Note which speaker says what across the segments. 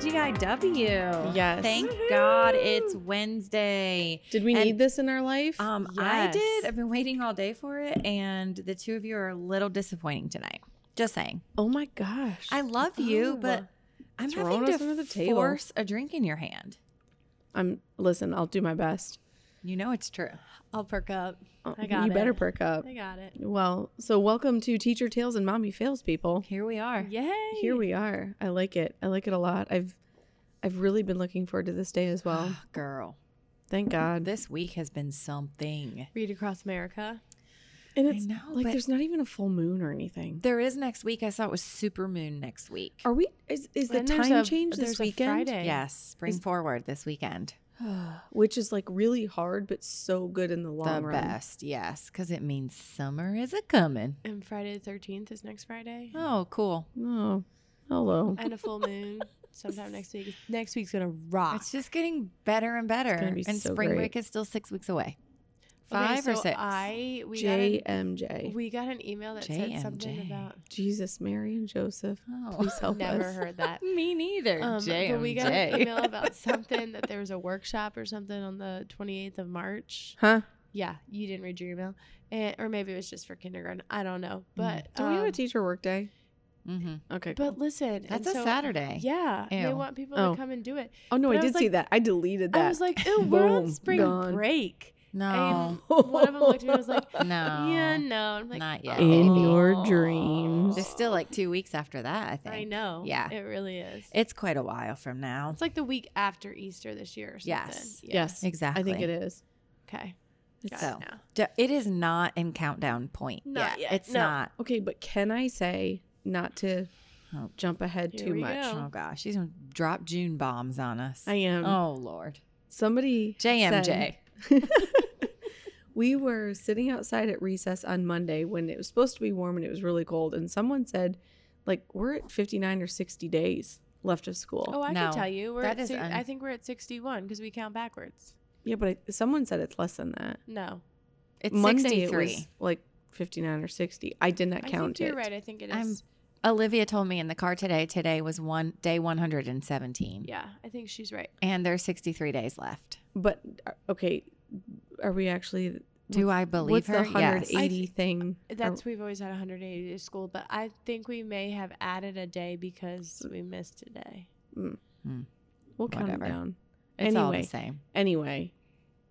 Speaker 1: W.
Speaker 2: Yes.
Speaker 1: Thank God it's Wednesday.
Speaker 2: Did we
Speaker 1: And-
Speaker 2: need this in our life?
Speaker 1: Um, I
Speaker 2: Yes.
Speaker 1: did. I've been waiting all day for it, and the two of you are a little disappointing tonight. Just saying.
Speaker 2: oh my gosh.
Speaker 1: I love you,
Speaker 2: Oh.
Speaker 1: but I'm
Speaker 2: throwing
Speaker 1: having
Speaker 2: us under
Speaker 1: to
Speaker 2: the table.
Speaker 1: force a drink in your hand.
Speaker 2: I'm listen, I'll do my best.
Speaker 1: You know it's true.
Speaker 3: I'll perk up.
Speaker 2: Oh,
Speaker 3: I got
Speaker 2: you
Speaker 3: it.
Speaker 2: better perk up.
Speaker 3: I got it.
Speaker 2: Well, so welcome to Teacher Tales and Mommy Fails people.
Speaker 1: Here we are.
Speaker 3: Yay.
Speaker 2: Here we are. I like it. I like it a lot. I've I've really been looking forward to this day as well.
Speaker 1: Girl,
Speaker 2: Thank God.
Speaker 1: this week has been something.
Speaker 3: Read Across America.
Speaker 2: And it's
Speaker 1: know,
Speaker 2: like
Speaker 1: but-
Speaker 2: there's not even a full moon or anything.
Speaker 1: There is next week. I saw it was super moon next week.
Speaker 2: Are we is, is the
Speaker 3: And there's
Speaker 2: time
Speaker 3: a-
Speaker 2: change
Speaker 3: there's
Speaker 2: this
Speaker 3: a
Speaker 2: weekend?
Speaker 3: Friday.
Speaker 1: Yes, bring forward this weekend.
Speaker 2: Which is like really hard but so good in the long
Speaker 1: the
Speaker 2: run.
Speaker 1: best, yes, because it means summer is a coming.
Speaker 3: And Friday the 13th is next Friday.
Speaker 1: Oh, cool.
Speaker 2: Oh. Hello.
Speaker 3: And a full moon sometime next week. Next week's going to rock.
Speaker 1: It's just getting better and better.
Speaker 2: gonna be
Speaker 1: and
Speaker 2: so
Speaker 1: spring
Speaker 2: great.
Speaker 1: break is still six weeks away.
Speaker 3: Okay,
Speaker 1: Five or
Speaker 3: so
Speaker 1: six?
Speaker 3: I, we, got an,
Speaker 2: JMJ.
Speaker 3: we got an email that said something
Speaker 1: JMJ.
Speaker 3: about.
Speaker 2: Jesus, Mary, and Joseph.
Speaker 1: Oh.
Speaker 2: Please help
Speaker 3: Never
Speaker 2: us.
Speaker 3: heard that.
Speaker 1: Me neither.
Speaker 3: Um, but we got an email about something that there was a workshop or something on the 28th of March.
Speaker 2: Huh?
Speaker 3: Yeah, you didn't read your email. And, or maybe it was just for kindergarten. I don't know. But
Speaker 2: Don't we have a
Speaker 3: um,
Speaker 2: teacher work day?
Speaker 1: hmm
Speaker 2: Okay. cool.
Speaker 3: But listen, and
Speaker 1: That's a
Speaker 3: so-
Speaker 1: Saturday.
Speaker 3: Yeah, they
Speaker 1: Ew.
Speaker 3: want people
Speaker 2: Oh.
Speaker 3: to come and do it.
Speaker 2: oh no,
Speaker 3: but
Speaker 2: I,
Speaker 3: I was
Speaker 2: did see
Speaker 3: like-
Speaker 2: that. I deleted that.
Speaker 3: I was like, "Ooh, we're on
Speaker 2: Boom,
Speaker 3: spring
Speaker 2: gone.
Speaker 3: break."
Speaker 1: No,
Speaker 3: And one of them looked at me and was like,
Speaker 1: no,
Speaker 3: "Yeah, no." I'm like,
Speaker 1: not yet.
Speaker 2: in
Speaker 3: "Oh."
Speaker 2: your dreams.
Speaker 1: There's still like two weeks after that. I think.
Speaker 3: I know.
Speaker 1: Yeah.
Speaker 3: it really is.
Speaker 1: It's quite a while from now.
Speaker 3: It's like the week after Easter this year. Or something.
Speaker 1: Yes.
Speaker 3: Yeah.
Speaker 2: yes,
Speaker 1: Exactly.
Speaker 2: I think it is.
Speaker 3: Okay. Got
Speaker 1: So
Speaker 3: it now.
Speaker 1: d- it is not in countdown point.
Speaker 3: Not yet,
Speaker 1: It's
Speaker 3: no.
Speaker 1: not.
Speaker 2: Okay, but can I say not to
Speaker 1: Oh.
Speaker 2: jump ahead
Speaker 3: Here
Speaker 2: too
Speaker 3: we
Speaker 2: much?
Speaker 3: go.
Speaker 1: Oh gosh, she's gonna drop June bombs on us.
Speaker 2: I am.
Speaker 1: Oh lord.
Speaker 2: Somebody
Speaker 1: JMJ.
Speaker 2: said- we were sitting outside at recess on Monday when it was supposed to be warm and it was really cold, and someone said, like, we're at 59 or 60 days left of school.
Speaker 3: Oh, I
Speaker 1: No.
Speaker 3: can tell you. We're
Speaker 1: That
Speaker 3: at
Speaker 1: is
Speaker 3: si-
Speaker 1: un-
Speaker 3: I think we're at 61 because we count backwards.
Speaker 2: Yeah, but I, someone said it's less than that.
Speaker 3: No,
Speaker 1: It's
Speaker 2: Monday it
Speaker 1: 63.
Speaker 2: was like 59 or 60. I did not
Speaker 3: I
Speaker 2: count
Speaker 3: think you're
Speaker 2: it.
Speaker 3: right. I think it
Speaker 1: I'm-
Speaker 3: is.
Speaker 1: Olivia told me in the car today. Today was one day 117.
Speaker 3: yeah, I think she's right.
Speaker 1: And there's 63 days left.
Speaker 2: But uh, okay, are we actually
Speaker 1: Do I believe
Speaker 2: what's
Speaker 1: her?
Speaker 2: the
Speaker 1: Yes.
Speaker 2: 180 thing? Are-
Speaker 3: That's we've always had 180 days school, but I think we may have added a day because we missed a day.
Speaker 2: we'll count it
Speaker 1: whatever.
Speaker 2: down.
Speaker 1: It's all the
Speaker 2: anyway,
Speaker 1: same.
Speaker 2: Anyway,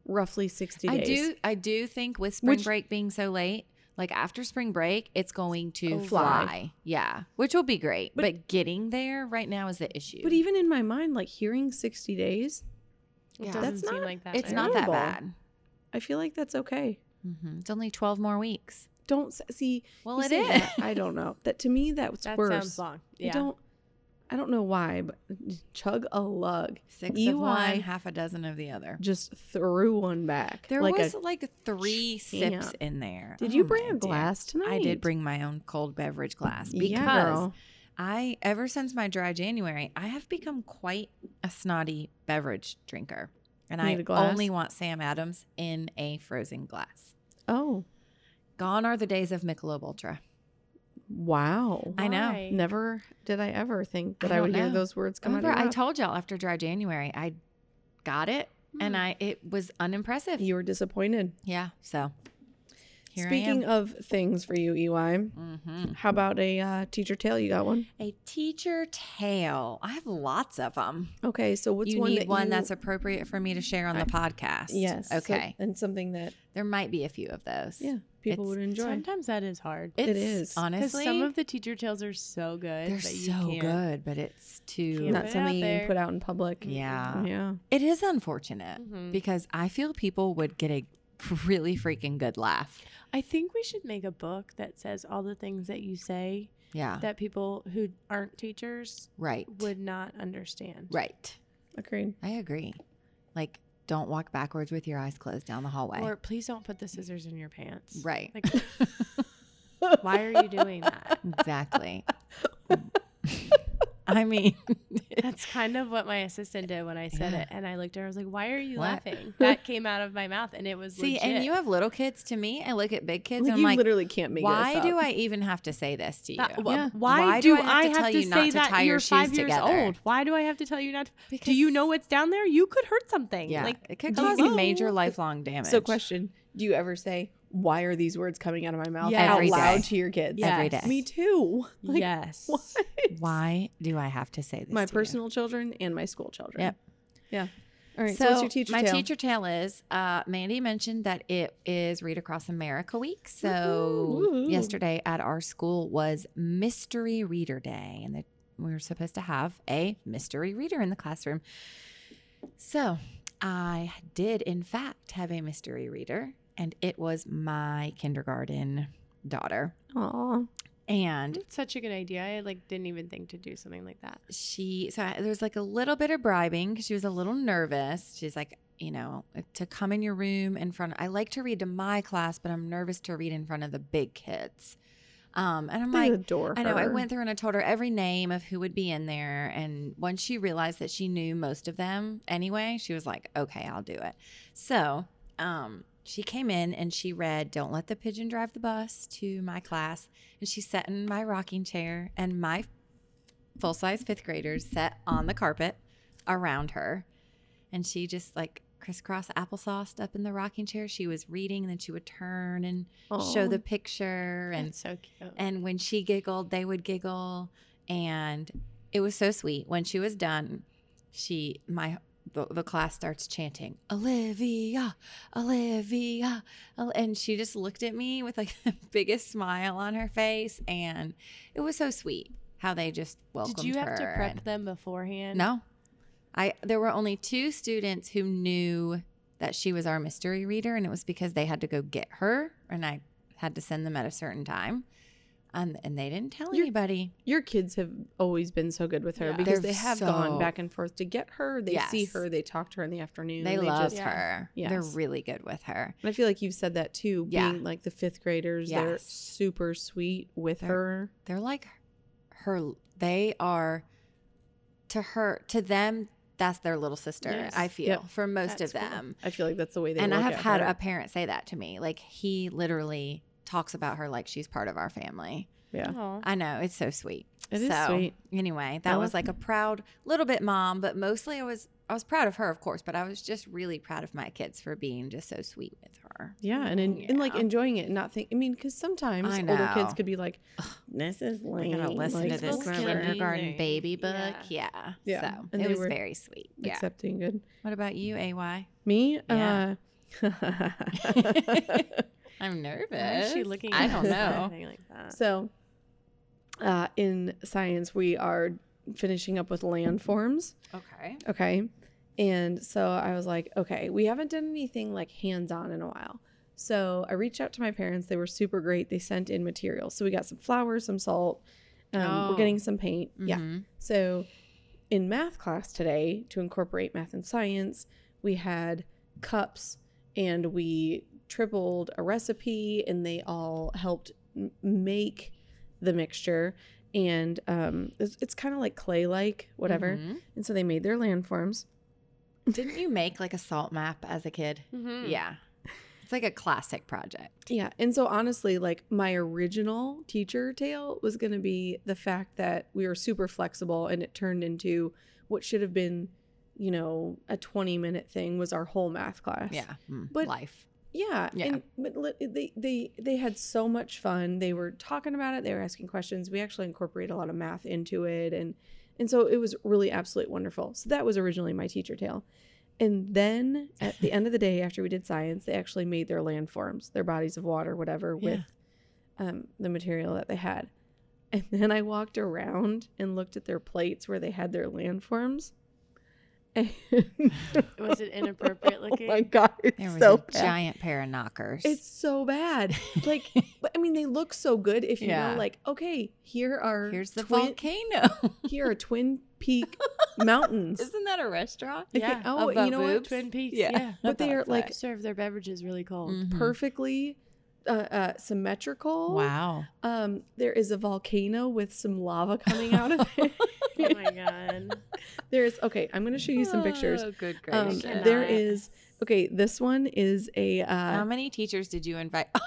Speaker 2: roughly 60
Speaker 1: I
Speaker 2: days.
Speaker 1: do. I do think with spring
Speaker 2: Which-
Speaker 1: break being so late, like after spring break, it's going to
Speaker 2: Oh,
Speaker 1: fly.
Speaker 2: fly.
Speaker 1: Yeah, which will be great. But,
Speaker 2: But-
Speaker 1: getting there right now is the issue.
Speaker 2: But even in my mind, like hearing 60 days,
Speaker 3: It
Speaker 1: Yeah.
Speaker 3: doesn't
Speaker 2: That's
Speaker 3: seem
Speaker 2: not-
Speaker 3: like that.
Speaker 1: it's
Speaker 3: bad.
Speaker 1: not that
Speaker 2: terrible.
Speaker 1: bad.
Speaker 2: I feel like that's okay.
Speaker 1: hmm It's only 12 more weeks.
Speaker 2: Don't s- see.
Speaker 1: Well,
Speaker 2: you
Speaker 1: it
Speaker 2: say
Speaker 1: is.
Speaker 2: that, I don't know. That to me, that's
Speaker 3: That
Speaker 2: worse.
Speaker 3: sounds long. Yeah.
Speaker 2: I don't. I don't know why, but chug a lug.
Speaker 1: Six
Speaker 2: EY
Speaker 1: of one, half a dozen of the other.
Speaker 2: just threw one back.
Speaker 1: There
Speaker 2: like a
Speaker 1: was like three sips
Speaker 2: champ.
Speaker 1: in there.
Speaker 2: Did
Speaker 1: Oh
Speaker 2: you bring
Speaker 1: my
Speaker 2: a
Speaker 1: dear.
Speaker 2: glass tonight?
Speaker 1: I did bring my own cold beverage glass because
Speaker 2: Yeah, girl.
Speaker 1: I ever since my dry January, I have become quite a snotty beverage drinker. And
Speaker 2: Need
Speaker 1: I
Speaker 2: a glass?
Speaker 1: only want Sam Adams in a frozen glass.
Speaker 2: Oh
Speaker 1: Gone are the days of Michelob Ultra.
Speaker 2: wow!
Speaker 1: I know.
Speaker 3: Why?
Speaker 2: Never did I ever think that
Speaker 1: I
Speaker 2: I, would
Speaker 1: don't
Speaker 2: hear
Speaker 1: know.
Speaker 2: those words come
Speaker 1: Remember,
Speaker 2: out. Of your
Speaker 1: I
Speaker 2: mouth.
Speaker 1: told y'all after dry January, I got it and
Speaker 3: Hmm.
Speaker 1: I it was unimpressive.
Speaker 2: you were disappointed.
Speaker 1: yeah, so here
Speaker 2: Speaking
Speaker 1: I
Speaker 2: of things for you, EY,
Speaker 1: am. Mhm.
Speaker 2: how about a uh, teacher tale? You got one?
Speaker 1: A teacher tale. I have lots of them.
Speaker 2: Okay, so what's
Speaker 1: you
Speaker 2: one
Speaker 1: need
Speaker 2: that
Speaker 1: one
Speaker 2: you-
Speaker 1: that's appropriate for me to share on the podcast.
Speaker 2: yes? so-
Speaker 1: Okay.
Speaker 2: and something that
Speaker 1: there might be a few of those.
Speaker 2: yeah people
Speaker 1: It's-
Speaker 2: would enjoy.
Speaker 3: Sometimes that is hard.
Speaker 1: It's,
Speaker 2: is. 'Cause
Speaker 3: Because
Speaker 1: honestly
Speaker 3: some of the teacher tales are so good.
Speaker 1: they're
Speaker 3: that you
Speaker 1: so
Speaker 3: can't-
Speaker 1: good, but it's too.
Speaker 3: Can't
Speaker 2: Not
Speaker 3: put it out
Speaker 2: something you
Speaker 3: there.
Speaker 2: can put out in public.
Speaker 1: Yeah.
Speaker 3: Mm-hmm.
Speaker 2: yeah.
Speaker 1: It is unfortunate
Speaker 3: Mhm.
Speaker 1: because I feel people would get a really freaking good laugh.
Speaker 3: I think we should make a book that says all the things that you say
Speaker 1: Yeah.
Speaker 3: that people who aren't teachers
Speaker 1: right.
Speaker 3: would not understand.
Speaker 1: right.
Speaker 2: Agreed.
Speaker 1: I agree. Like, don't walk backwards with your eyes closed down the hallway.
Speaker 3: Or please don't put the scissors in your pants.
Speaker 1: right.
Speaker 3: Like, why are you doing that?
Speaker 1: exactly. I mean,
Speaker 3: That's kind of what my assistant did when I said
Speaker 1: Yeah.
Speaker 3: it. And I looked at her, I was like, Why are you
Speaker 1: What?
Speaker 3: laughing? That came out of my mouth and it was
Speaker 1: See, and
Speaker 3: legit.
Speaker 1: you have little kids. To me, I look at big kids
Speaker 2: Like,
Speaker 1: and I'm
Speaker 2: you
Speaker 1: like,
Speaker 2: literally can't make
Speaker 1: why
Speaker 2: this
Speaker 1: do
Speaker 2: up.
Speaker 1: I even have to say this to you?
Speaker 3: That- wh-
Speaker 2: Yeah.
Speaker 3: Why, do, I have to,
Speaker 1: tell you
Speaker 3: say
Speaker 1: not to
Speaker 3: that
Speaker 1: tie your
Speaker 3: you're
Speaker 1: shoes
Speaker 3: five years
Speaker 1: together?
Speaker 3: old? Why do I have to tell you not? To,
Speaker 1: Because,
Speaker 3: do you know what's down there? You could hurt something.
Speaker 1: Yeah,
Speaker 3: Like
Speaker 1: it could
Speaker 3: hello?
Speaker 1: cause major lifelong damage.
Speaker 2: So, question: Do you ever say, "Why are these words coming out of my mouth
Speaker 3: Yes.
Speaker 2: out
Speaker 1: Every
Speaker 2: loud
Speaker 1: day.
Speaker 2: to your kids?"
Speaker 3: Yes. Every day.
Speaker 2: Me too. Like,
Speaker 3: yes.
Speaker 2: What?
Speaker 1: Why do I have to say this?
Speaker 2: My
Speaker 1: to you?
Speaker 2: personal children and my school children.
Speaker 1: Yep.
Speaker 2: Yeah. All right. So,
Speaker 1: So
Speaker 2: what's your teacher?
Speaker 1: my
Speaker 2: tale?
Speaker 1: teacher tale is uh, Mandy mentioned that it is Read Across America week. So
Speaker 2: Woohoo.
Speaker 1: yesterday at our school was Mystery Reader Day, and the, we were supposed to have a mystery reader in the classroom. So I did, in fact, have a mystery reader, and it was my kindergarten daughter.
Speaker 2: Aw.
Speaker 1: And
Speaker 3: That's such a good idea. I like didn't even think to do something like that.
Speaker 1: she so I, there was like a little bit of bribing 'cause she was a little nervous she's like you know to come in your room in front i like to read to my class but i'm nervous to read in front of the big kids um and i'm
Speaker 2: I
Speaker 1: like
Speaker 2: adore
Speaker 1: I know. I
Speaker 2: her.
Speaker 1: went through and I told her every name of who would be in there. And once she realized that she knew most of them anyway, she was like, okay, I'll do it. So um, she came in and she read Don't Let the Pigeon Drive the Bus to my class. And she sat in my rocking chair, and my full size fifth graders sat on the carpet around her. And she just like crisscross applesauced up in the rocking chair. She was reading, and then she would turn and show
Speaker 2: Aw.
Speaker 1: the picture. And
Speaker 3: That's so cute.
Speaker 1: and when she giggled, they would giggle. And it was so sweet. When she was done, she, my, the, the class starts chanting, Olivia, Olivia. Ol-" And she just looked at me with like the biggest smile on her face. And it was so sweet how they just welcomed
Speaker 3: Did you have to
Speaker 1: her
Speaker 3: prep
Speaker 1: and-
Speaker 3: them beforehand?
Speaker 1: no. I there were only two students who knew that she was our mystery reader and it was because they had to go get her and I had to send them at a certain time. Um, and they didn't tell
Speaker 2: You're-
Speaker 1: anybody.
Speaker 2: Your kids have always been so good with her
Speaker 3: Yeah.
Speaker 2: because
Speaker 1: They're
Speaker 2: they have
Speaker 1: so-
Speaker 2: gone back and forth to get her. They see
Speaker 1: Yes.
Speaker 2: her. They talk to her in the afternoon.
Speaker 1: They, love
Speaker 2: just-
Speaker 3: Yeah.
Speaker 1: her. They're
Speaker 2: Yes.
Speaker 1: really good with her.
Speaker 2: And I feel like you've said that too.
Speaker 1: Yeah.
Speaker 2: Being like the fifth graders, they're
Speaker 1: Yes.
Speaker 2: super sweet with
Speaker 1: They're-
Speaker 2: her.
Speaker 1: They're like her they are to her to them that's their little sister.
Speaker 3: Yes.
Speaker 1: I feel
Speaker 2: Yep.
Speaker 1: for most
Speaker 3: That's
Speaker 1: of
Speaker 3: cool.
Speaker 1: them.
Speaker 2: I feel like that's the way they.
Speaker 1: and I
Speaker 2: look
Speaker 1: have
Speaker 2: at
Speaker 1: had
Speaker 2: her.
Speaker 1: a parent say that to me. Like he literally talks about her like she's part of our family.
Speaker 2: yeah.
Speaker 3: Aw.
Speaker 1: I know it's so sweet.
Speaker 2: It is
Speaker 1: So,
Speaker 2: sweet.
Speaker 1: Anyway,
Speaker 2: I
Speaker 1: that
Speaker 2: love
Speaker 1: was like a proud little bit mom, but mostly I was I was proud of her, of course, but I was just really proud of my kids for being just so sweet with her.
Speaker 2: Yeah, and in, and like
Speaker 1: Yeah.
Speaker 2: enjoying it, and not think. I mean, because sometimes
Speaker 1: I
Speaker 2: older kids
Speaker 1: know.
Speaker 2: could be like, "This is
Speaker 1: We're gonna
Speaker 2: lame,
Speaker 1: listen
Speaker 2: like,
Speaker 1: to this
Speaker 3: it's
Speaker 2: whatever."
Speaker 3: kinda-
Speaker 1: kindergarten
Speaker 3: amazing.
Speaker 1: baby book.
Speaker 3: Yeah.
Speaker 1: Yeah.
Speaker 2: Yeah.
Speaker 1: So
Speaker 2: And they
Speaker 1: it was
Speaker 2: were
Speaker 1: very sweet. Yeah.
Speaker 2: accepting good.
Speaker 1: what about you, AY?
Speaker 2: Me,
Speaker 1: Yeah.
Speaker 2: uh,
Speaker 1: I'm nervous.
Speaker 3: Why is she looking?
Speaker 1: I
Speaker 3: at
Speaker 1: don't
Speaker 3: us or
Speaker 1: know.
Speaker 3: anything Like that?
Speaker 2: so uh, in science, we are finishing up with landforms.
Speaker 1: okay.
Speaker 2: Okay. And so I was like, okay, we haven't done anything like hands on in a while. So I reached out to my parents. They were super great. They sent in materials. So we got some flowers, some salt. Um, We're
Speaker 1: Oh.
Speaker 2: getting some paint. Yeah.
Speaker 1: Mhm.
Speaker 2: So in math class today, to incorporate math and science, we had cups and we tripled a recipe and they all helped m- make the mixture. And um, it's, it's kind of like clay like, whatever.
Speaker 1: Mhm.
Speaker 2: And so they made their landforms.
Speaker 1: Didn't you make like a salt map as a kid?
Speaker 2: Hmm.
Speaker 3: Mhm.
Speaker 1: Yeah. It's like a classic project.
Speaker 2: Yeah. And so honestly, like my original teacher tale was going to be the fact that we were super flexible and it turned into what should have been, you know, a 20 minute thing was our whole math class.
Speaker 1: Yeah. Mm.
Speaker 2: But-
Speaker 1: life.
Speaker 2: Yeah.
Speaker 1: Yeah.
Speaker 2: And but li- they they they had so much fun. They were talking about it. They were asking questions. We actually incorporate a lot of math into it and and so it was really absolutely wonderful. So that was originally my teacher tale. And then at the end of the day after we did science, they actually made their landforms, their bodies of water, whatever with um, the material that they had. And then I walked around and looked at their plates where they had their landforms. And
Speaker 3: Was it inappropriate
Speaker 2: oh
Speaker 3: looking?
Speaker 2: my god, it's
Speaker 1: There was
Speaker 2: so
Speaker 1: a
Speaker 2: bad.
Speaker 1: giant pair of knockers.
Speaker 2: It's so bad. Like, but I mean, they look so good if you
Speaker 1: Yeah.
Speaker 2: know, like, okay, here are
Speaker 1: Here's the
Speaker 2: twin,
Speaker 1: volcano.
Speaker 2: Here are Twin Peak mountains.
Speaker 1: Isn't that a restaurant?
Speaker 3: Yeah.
Speaker 2: Oh,
Speaker 1: Above
Speaker 2: you know what?
Speaker 1: boobs?
Speaker 3: Twin Peaks.
Speaker 1: Yeah.
Speaker 3: Yeah.
Speaker 2: But they are
Speaker 1: That's what I
Speaker 2: like
Speaker 3: Serve their beverages really cold.
Speaker 1: Mhm.
Speaker 2: perfectly uh, uh, symmetrical.
Speaker 1: Wow.
Speaker 2: Um, there is a volcano with some lava coming out of it.
Speaker 3: Oh my god.
Speaker 2: there is okay. I'm gonna show you some pictures.
Speaker 1: Oh, good
Speaker 2: Um,
Speaker 1: gracious.
Speaker 2: there
Speaker 3: Cannot.
Speaker 2: is okay. This one is a
Speaker 1: How
Speaker 2: uh,
Speaker 1: many teachers did you invite?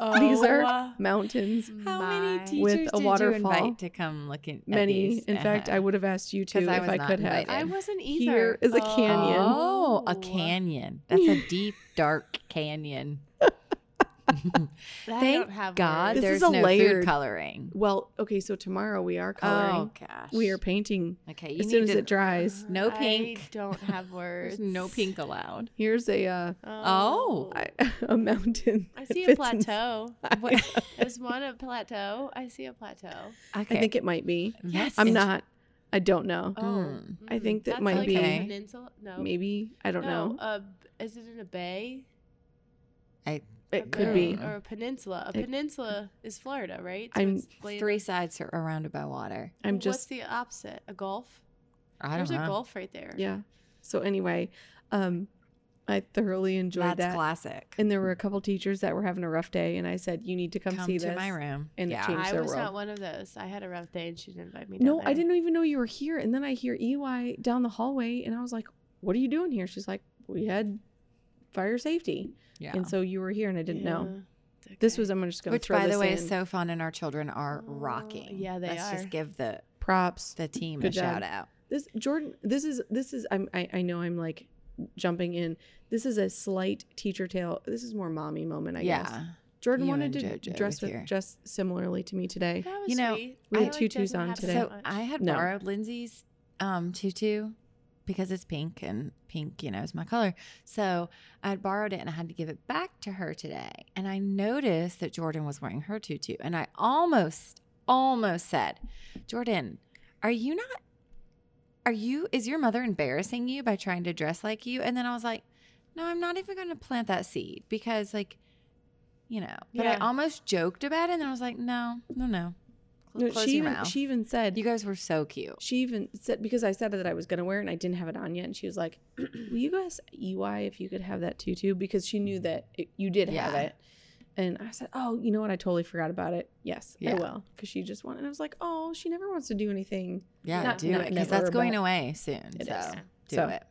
Speaker 3: Oh,
Speaker 2: These are- mountains.
Speaker 1: How many
Speaker 3: my-
Speaker 1: teachers
Speaker 2: With a
Speaker 1: did you
Speaker 2: waterfall.
Speaker 1: invite to come look at Uh-huh.
Speaker 2: Many. In fact, I would have asked you to
Speaker 1: 'Cause
Speaker 2: if
Speaker 1: I was
Speaker 2: I
Speaker 1: not
Speaker 2: could have.
Speaker 1: invited.
Speaker 3: I wasn't either.
Speaker 2: Here is a canyon.
Speaker 1: Oh, a canyon. That's a deep, dark canyon.
Speaker 3: I
Speaker 1: Thank
Speaker 3: don't have
Speaker 1: God,
Speaker 2: This
Speaker 3: words.
Speaker 2: is
Speaker 1: there's
Speaker 2: a
Speaker 1: no
Speaker 2: layered-
Speaker 1: food coloring.
Speaker 2: Well, okay. So tomorrow we are coloring.
Speaker 1: Oh gosh,
Speaker 2: we are painting
Speaker 1: okay. You
Speaker 2: as
Speaker 1: need
Speaker 2: soon as
Speaker 1: to-
Speaker 2: it dries.
Speaker 1: No
Speaker 3: I
Speaker 1: pink.
Speaker 3: don't have words.
Speaker 1: There's no pink allowed.
Speaker 2: Here's a uh,
Speaker 1: Oh.
Speaker 2: I- a mountain.
Speaker 3: I
Speaker 2: that
Speaker 3: see a
Speaker 2: fits in-
Speaker 3: plateau.
Speaker 1: What-
Speaker 3: There's one a plateau. I see a plateau.
Speaker 1: okay.
Speaker 2: I think it might be.
Speaker 1: Yes.
Speaker 2: I'm
Speaker 1: Int-
Speaker 2: not. I don't know.
Speaker 1: Oh, Mm.
Speaker 2: I think that
Speaker 3: That's
Speaker 2: might
Speaker 3: like
Speaker 1: be-
Speaker 3: a
Speaker 1: Okay.
Speaker 3: peninsula. No,
Speaker 2: Maybe I don't
Speaker 3: no,
Speaker 2: know.
Speaker 1: Oh,
Speaker 3: A, is it in a bay? A
Speaker 2: it could
Speaker 3: bay
Speaker 2: be.
Speaker 3: or a peninsula. A
Speaker 2: It- peninsula
Speaker 3: peninsula is Florida, right?
Speaker 2: I'm-
Speaker 3: it's land-
Speaker 1: Three sides are surrounded by water.
Speaker 2: I'm
Speaker 3: Well, What's
Speaker 2: just
Speaker 3: the opposite? A gulf.
Speaker 1: I don't
Speaker 3: There's
Speaker 1: know.
Speaker 3: a gulf right there.
Speaker 2: yeah. So anyway, um, I thoroughly enjoyed
Speaker 1: That's
Speaker 2: that.
Speaker 1: classic.
Speaker 2: And there were a couple teachers that were having a rough day, and I said, "You need to come,
Speaker 1: Come
Speaker 2: see
Speaker 1: to
Speaker 2: this."
Speaker 1: my room.
Speaker 2: and it
Speaker 1: yeah.
Speaker 2: changed. Change
Speaker 3: I
Speaker 2: their
Speaker 3: was
Speaker 2: world.
Speaker 3: not one of those. I had a rough day and she didn't invite me. down
Speaker 2: No, I
Speaker 3: there.
Speaker 2: didn't even know you were here. And then I hear EY down the hallway, and I was like, "What are you doing here?" She's like, "We had fire safety,
Speaker 1: Yeah.
Speaker 2: and so you were here, and I didn't know."
Speaker 3: Yeah. It's
Speaker 2: This
Speaker 3: okay.
Speaker 2: was I'm just going to
Speaker 1: Which,
Speaker 2: throw
Speaker 1: by the
Speaker 2: this
Speaker 1: way,
Speaker 2: in.
Speaker 1: is so fun, and our children are
Speaker 3: Oh,
Speaker 1: rocking.
Speaker 3: yeah, they
Speaker 1: Let's
Speaker 3: are.
Speaker 1: just give the
Speaker 2: props.
Speaker 1: the team
Speaker 2: Good
Speaker 1: a
Speaker 2: job.
Speaker 1: shout out.
Speaker 2: This Jordan, this is this is I'm I, I know I'm like jumping in. This is a slight teacher tale. This is more mommy moment, I
Speaker 1: yeah.
Speaker 2: guess. Jordan
Speaker 1: You
Speaker 2: wanted
Speaker 1: and
Speaker 2: to
Speaker 1: JoJo
Speaker 2: dress
Speaker 1: with
Speaker 2: with,
Speaker 1: your-
Speaker 2: dress similarly to me today.
Speaker 3: That was
Speaker 1: you know,
Speaker 3: sweet.
Speaker 2: we
Speaker 3: I
Speaker 2: had
Speaker 3: like
Speaker 2: tutus
Speaker 3: doesn't
Speaker 2: on
Speaker 3: happen
Speaker 2: today.
Speaker 3: that
Speaker 1: So
Speaker 3: much.
Speaker 1: I had
Speaker 2: No.
Speaker 1: borrowed Lindsay's um, tutu because it's pink and pink, you know, is my color. So I had borrowed it and I had to give it back to her today. And I noticed that Jordan was wearing her tutu. And I almost, almost said, Jordan, are you not, are you, is your mother embarrassing you by trying to dress like you? And then I was like, no, I'm not even going to plant that seed because, like, you know, but
Speaker 3: Yeah.
Speaker 1: I almost joked about it. And then I was like, no, no, no. Cl-
Speaker 2: No,
Speaker 1: close
Speaker 2: she
Speaker 1: your
Speaker 2: even,
Speaker 1: mouth.
Speaker 2: she even said
Speaker 1: You guys were so cute.
Speaker 2: she even said because I said that I was gonna wear it and I didn't have it on yet, and she was like, "Will you guys EY if you could have that tutu?" Because she knew that it, you did have
Speaker 1: Yeah.
Speaker 2: it. And I said, "Oh, you know what? I totally forgot about it. Yes, I
Speaker 1: Yeah.
Speaker 2: will." Because she just wanted. And I was like, "Oh, she never wants to do anything."
Speaker 1: Yeah,
Speaker 2: Not-
Speaker 1: do
Speaker 2: not
Speaker 1: it because
Speaker 2: never,
Speaker 1: that's going
Speaker 2: but
Speaker 1: away soon.
Speaker 2: it
Speaker 1: so
Speaker 2: is.
Speaker 1: do
Speaker 2: So-
Speaker 1: it.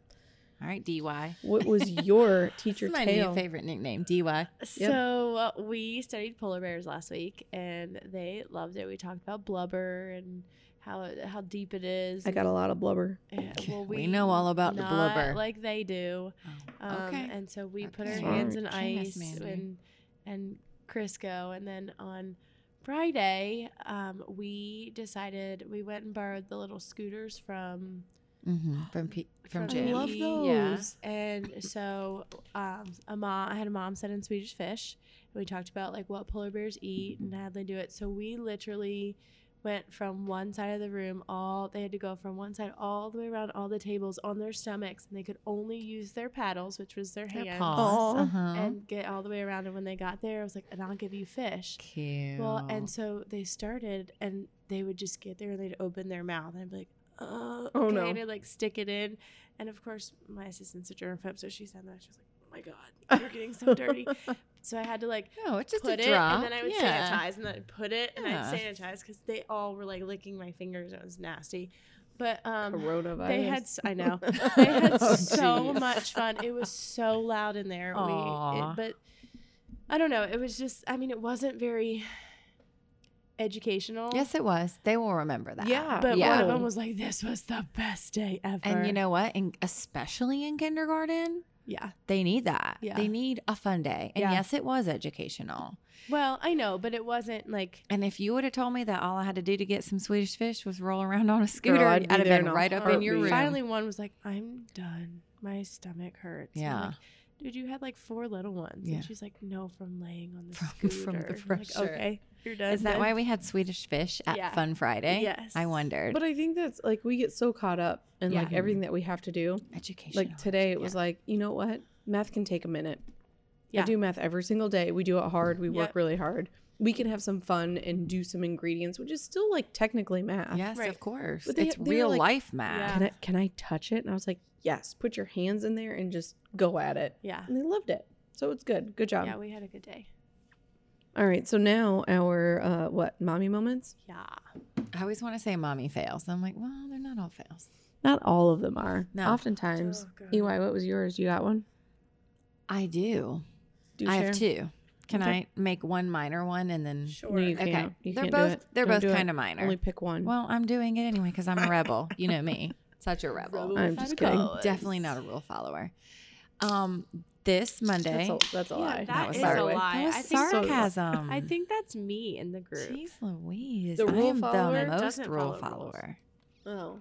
Speaker 1: All right, DY.
Speaker 2: What was your teacher
Speaker 1: That's my
Speaker 2: tale?
Speaker 1: new favorite nickname, DY.
Speaker 2: Yep.
Speaker 3: So uh, we studied polar bears last week, and they loved it. We talked about blubber and how how deep it is.
Speaker 2: I got a lot of blubber.
Speaker 3: Yeah, well,
Speaker 1: We know all about the
Speaker 3: not
Speaker 1: blubber.
Speaker 3: like they do. Um,
Speaker 1: Oh, okay.
Speaker 3: And so we put our
Speaker 1: Okay.
Speaker 3: hands in
Speaker 1: Sorry.
Speaker 3: ice
Speaker 1: Goodness, Mandy.
Speaker 3: and and Crisco, and then on Friday, um, we decided we went and borrowed the little scooters from
Speaker 1: hmm From P- from
Speaker 3: From
Speaker 1: Jim.
Speaker 2: I love
Speaker 3: Jimmy,
Speaker 2: those.
Speaker 1: yeah.
Speaker 3: And so, um, a mom, I had a mom set in Swedish fish, and we talked about like what polar bears eat and how they do it. So we literally went from one side of the room all they had to go from one side all the way around all the tables on their stomachs, and they could only use their paddles, which was their,
Speaker 1: Their
Speaker 3: hands,
Speaker 1: paws.
Speaker 2: Aw.
Speaker 1: Uh-huh.
Speaker 3: and get all the way around. And when they got there, I was like, "And I'll give you fish."
Speaker 1: cute.
Speaker 3: Well, and so they started, and they would just get there and they'd open their mouth, and I'd be like, "Oh,
Speaker 2: Oh,
Speaker 3: okay,"
Speaker 2: no.
Speaker 3: And I'd like stick it in, and of course, my assistant's a germ phone, so she said that she was like, "Oh my god, you're getting so dirty." Um, so I had to like
Speaker 1: no, it's just
Speaker 3: put
Speaker 1: a
Speaker 3: it,
Speaker 1: drop.
Speaker 3: and then I would
Speaker 1: yeah.
Speaker 3: sanitize, and then I'd put it, and
Speaker 1: Yeah.
Speaker 3: I'd sanitize because they all were like licking my fingers. and It was nasty, but um.
Speaker 2: Coronavirus.
Speaker 3: They had, s- I know, they had
Speaker 1: Oh,
Speaker 3: so
Speaker 1: jeez.
Speaker 3: much fun. It was so loud in there. We,
Speaker 1: Aw.
Speaker 3: it, but I don't know. It was just, I mean, it wasn't very educational.
Speaker 1: Yes, it was. They will remember that.
Speaker 2: Yeah.
Speaker 3: But
Speaker 1: yeah.
Speaker 3: one of them was like, this was the best day ever.
Speaker 1: And you know what? In, especially in kindergarten,
Speaker 3: yeah.
Speaker 1: they need that.
Speaker 3: Yeah.
Speaker 1: They need a fun day. And
Speaker 3: Yeah.
Speaker 1: yes, it was educational.
Speaker 3: Well, I know, but it wasn't like,
Speaker 1: And if you would have told me that all I had to do to get some Swedish fish was roll around on a scooter,
Speaker 2: I'd
Speaker 1: I'd,
Speaker 2: be
Speaker 1: have
Speaker 2: there
Speaker 1: been
Speaker 2: in a
Speaker 1: right up in your room.
Speaker 2: heartbeat.
Speaker 3: finally one was like, I'm done. My stomach hurts. And I'm
Speaker 1: Yeah.
Speaker 3: like, Dude, you had like four little ones.
Speaker 1: Yeah.
Speaker 3: And she's like, no, from laying on the
Speaker 1: From-
Speaker 3: scooter.
Speaker 1: from the
Speaker 3: And I'm like,
Speaker 1: pressure.
Speaker 3: okay, you're done.
Speaker 1: Is that
Speaker 3: then."
Speaker 1: why we had Swedish fish at
Speaker 3: Yeah.
Speaker 1: Fun Friday?
Speaker 3: Yes.
Speaker 1: I wondered.
Speaker 2: But I think that's like we get so caught up in
Speaker 1: Yeah.
Speaker 2: like everything that we have to do.
Speaker 1: Education.
Speaker 2: Like today, it was like, you know what? Math can take a minute. I
Speaker 3: Yeah.
Speaker 2: do math every single day. We do it hard. We work
Speaker 3: Yep.
Speaker 2: really hard. We can have some fun and do some ingredients, which is still like technically math.
Speaker 1: yes,
Speaker 3: Right.
Speaker 1: of course.
Speaker 2: uh, But they-
Speaker 1: it's
Speaker 2: they were
Speaker 1: real
Speaker 2: like-
Speaker 1: life math.
Speaker 2: Can I can I touch it? And I was like, yes. Put your hands in there and just go at it.
Speaker 3: Yeah.
Speaker 2: And they loved it. So it's good. Good job.
Speaker 3: Yeah, we had a good day.
Speaker 2: All right. So now our uh, what mommy moments?
Speaker 3: Yeah.
Speaker 1: I always want to say mommy fails. I'm like, well, they're not all fails.
Speaker 2: Not all of them are.
Speaker 1: No.
Speaker 2: Oftentimes.
Speaker 3: Oh, God.
Speaker 2: EY, what was yours? You got one?
Speaker 1: I do.
Speaker 2: Do you
Speaker 1: I
Speaker 2: share?
Speaker 1: have two. Can
Speaker 2: Okay.
Speaker 1: I make one minor one and then?
Speaker 3: Sure.
Speaker 2: No, you
Speaker 1: Okay.
Speaker 2: can't. You
Speaker 1: they're
Speaker 2: can't do
Speaker 1: both
Speaker 2: it.
Speaker 1: they're
Speaker 2: Don't
Speaker 1: both
Speaker 2: do it.
Speaker 1: kind of minor.
Speaker 2: Only pick one.
Speaker 1: well, I'm doing it anyway because I'm a rebel. You know me. Such a rebel.
Speaker 2: I'm just kidding.
Speaker 1: I'm definitely not a rule follower. Um, this Monday.
Speaker 2: that's a, that's a
Speaker 3: Yeah,
Speaker 2: lie.
Speaker 3: that That
Speaker 1: was
Speaker 3: is
Speaker 1: sar-
Speaker 3: a lie.
Speaker 1: That was
Speaker 3: I think so.
Speaker 1: sarcasm.
Speaker 3: I think that's me in the group.
Speaker 1: Jeez Louise.
Speaker 2: The
Speaker 1: I
Speaker 2: rule
Speaker 1: am
Speaker 2: follower
Speaker 1: the most
Speaker 3: doesn't
Speaker 1: rule
Speaker 3: follow rules.
Speaker 1: follower.
Speaker 2: Oh.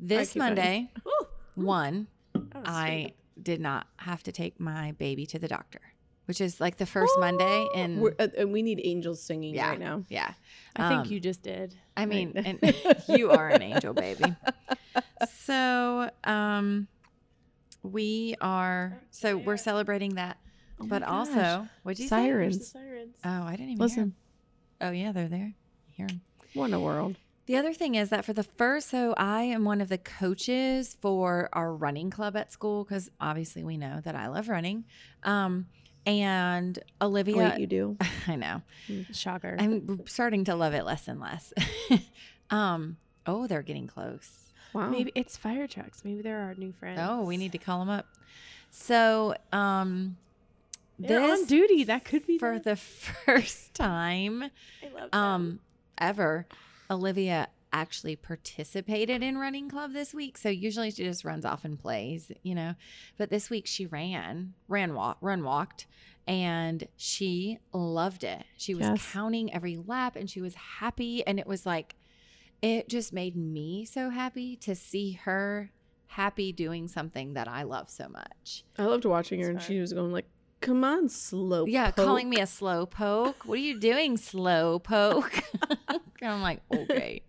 Speaker 1: This
Speaker 2: keep going.
Speaker 1: Monday,
Speaker 3: Ooh,
Speaker 1: one,
Speaker 3: that was
Speaker 1: I
Speaker 3: sweet.
Speaker 1: did not have to take my baby to the doctor, which is like the first Monday in
Speaker 2: We're, uh, uh, we need angels singing
Speaker 1: Yeah.
Speaker 2: right now.
Speaker 1: yeah.
Speaker 3: I think
Speaker 1: um,
Speaker 3: you just did.
Speaker 1: I
Speaker 2: Right.
Speaker 1: mean, and you are an angel, baby. So, um, we are so we're celebrating that,
Speaker 2: Oh my
Speaker 1: but
Speaker 2: gosh.
Speaker 1: also, what'd you say?
Speaker 3: There's the
Speaker 2: sirens.
Speaker 3: sirens.
Speaker 1: Oh, I didn't even Hear 'em.
Speaker 2: Listen,
Speaker 1: Oh yeah, they're there. You Hear 'em.
Speaker 2: what in the world?
Speaker 1: The other thing is that for the first, so I am one of the coaches for our running club at school because obviously we know that I love running. Um, and Olivia,
Speaker 2: Wait, you do?
Speaker 1: I know
Speaker 3: Shocker.
Speaker 1: I'm starting to love it less and less. um, oh, they're getting close.
Speaker 2: Wow.
Speaker 3: Maybe it's fire trucks. Maybe they're our new friends.
Speaker 1: Oh, we need to call them up. So, um,
Speaker 3: They're on
Speaker 1: this
Speaker 3: duty. That could be
Speaker 1: for
Speaker 3: them.
Speaker 1: the first time,
Speaker 3: I love them.
Speaker 1: um, ever, Olivia actually participated in running club this week. So usually she just runs off and plays, you know, but this week she ran, ran, walk, run, walked, and she loved it. She was
Speaker 2: Yes.
Speaker 1: counting every lap and she was happy. And it was like, it just made me so happy to see her happy doing something that I love so much.
Speaker 2: I loved watching her, and
Speaker 3: Sorry.
Speaker 2: she was going like, "Come on, slow."
Speaker 1: Yeah, calling me a slow poke. What are you doing, slow poke? and I'm like, okay.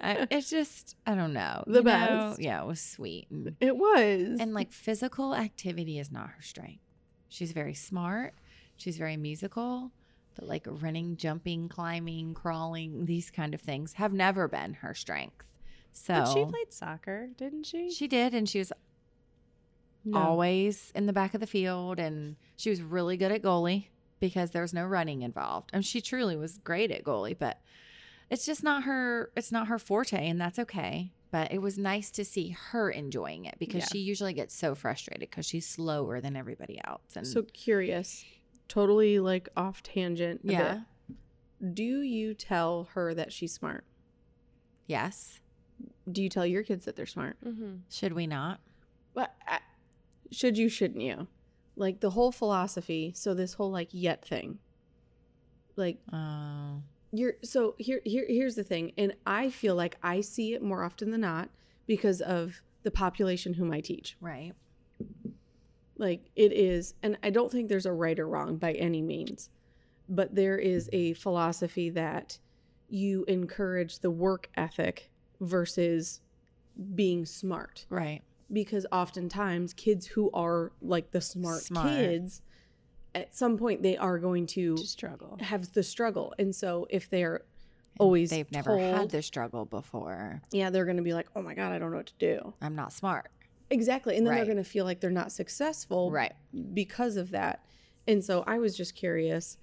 Speaker 1: I, it's just, I don't know.
Speaker 2: The
Speaker 1: You know,
Speaker 2: best.
Speaker 1: Yeah, it was sweet. And,
Speaker 2: It was.
Speaker 1: and like physical activity is not her strength. She's very smart, she's very musical, but like running, jumping, climbing, crawling, these kind of things have never been her strength. So
Speaker 3: But she played soccer, didn't she?
Speaker 1: she did, and she was
Speaker 3: No.
Speaker 1: always in the back of the field and she was really good at goalie because there was no running involved and she truly was great at goalie but it's just not her it's not her forte and that's okay but it was nice to see her enjoying it because
Speaker 3: Yeah.
Speaker 1: she usually gets so frustrated because she's slower than everybody else and
Speaker 2: so curious. Totally like off tangent. a
Speaker 1: yeah
Speaker 2: bit. Do you tell her that she's smart?
Speaker 1: yes
Speaker 2: Do you tell your kids that they're smart?
Speaker 3: Mm-hmm.
Speaker 1: should we not
Speaker 2: But I, should you? Shouldn't you? Like the whole philosophy. So this whole like yet thing. Like
Speaker 1: oh
Speaker 2: you're so here here here's the thing and i feel like i see it more often than not because of the population whom i teach
Speaker 1: right
Speaker 2: like it is and i don't think there's a right or wrong by any means but there is a philosophy that you encourage the work ethic versus being smart
Speaker 1: right
Speaker 2: because oftentimes kids who are like the smart,
Speaker 1: Smart.
Speaker 2: kids at some point they are going to
Speaker 3: To struggle.
Speaker 2: have the struggle and so if they're
Speaker 1: And
Speaker 2: always
Speaker 1: they've never had
Speaker 2: told-
Speaker 1: the struggle before
Speaker 2: yeah, they're going to be like, oh my God, I don't know what to do.
Speaker 1: i'm not smart
Speaker 2: Exactly. And then
Speaker 1: Right.
Speaker 2: they're going to feel like they're not successful
Speaker 1: right
Speaker 2: because of that. And so I was just curious.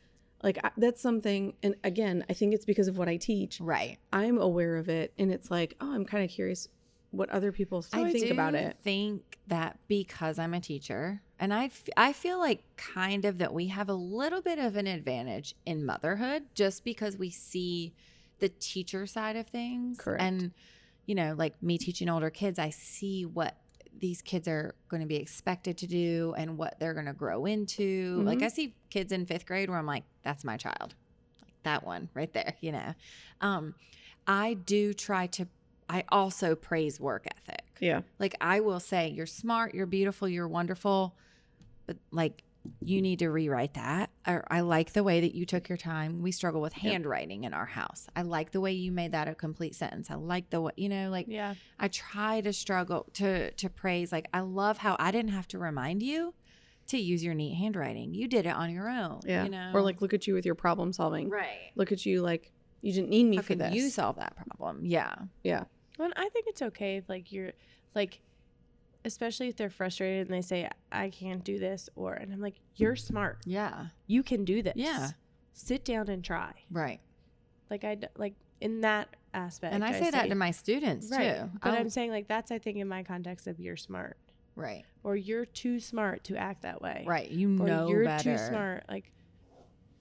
Speaker 2: Like, I, that's something. And again, I think it's because of what I teach.
Speaker 1: right
Speaker 2: I'm aware of it. And it's like, oh, I'm kind of curious what other people think
Speaker 1: do
Speaker 2: about it.
Speaker 1: Think that because I'm a teacher, and I, f- I feel like kind of that we have a little bit of an advantage in motherhood just because we see the teacher side of things.
Speaker 2: Correct.
Speaker 1: And you know, like me teaching older kids, I see what these kids are going to be expected to do and what they're going to grow into. Like
Speaker 2: Mhm.
Speaker 1: I see kids in fifth grade where I'm like, that's my child, like that one right there. You know, um, I do try to. I also praise work ethic.
Speaker 2: Yeah.
Speaker 1: Like I will say, you're smart, you're beautiful, you're wonderful, but like you need to rewrite that. Or I like the way that you took your time. We struggle with handwriting in our house. I like the way you made that a complete sentence. I like the way you know, like
Speaker 3: Yeah.
Speaker 1: I try to struggle to to praise. Like I love how I didn't have to remind you to use your neat handwriting. You did it on your own.
Speaker 2: Yeah.
Speaker 1: You know,
Speaker 2: Or like, look at you with your problem solving.
Speaker 1: right.
Speaker 2: Look at you like, you didn't need me
Speaker 1: How
Speaker 2: for
Speaker 1: can
Speaker 2: this.
Speaker 1: you solve that problem? Yeah.
Speaker 3: Well, and I think it's okay if like you're like especially if they're frustrated and they say I can't do this or and I'm like you're smart.
Speaker 1: Yeah.
Speaker 3: You can do this.
Speaker 1: Yeah.
Speaker 3: sit down and try.
Speaker 1: Right.
Speaker 3: Like I d- like in that aspect.
Speaker 1: And I say that to my students
Speaker 3: right.
Speaker 1: too. Um,
Speaker 3: But
Speaker 1: I'll-
Speaker 3: I'm saying like that's I think in my context of you're smart
Speaker 1: right.
Speaker 3: or you're too smart to act that way.
Speaker 1: Right. You
Speaker 3: Or
Speaker 1: know
Speaker 3: you're
Speaker 1: better.
Speaker 3: too smart. Like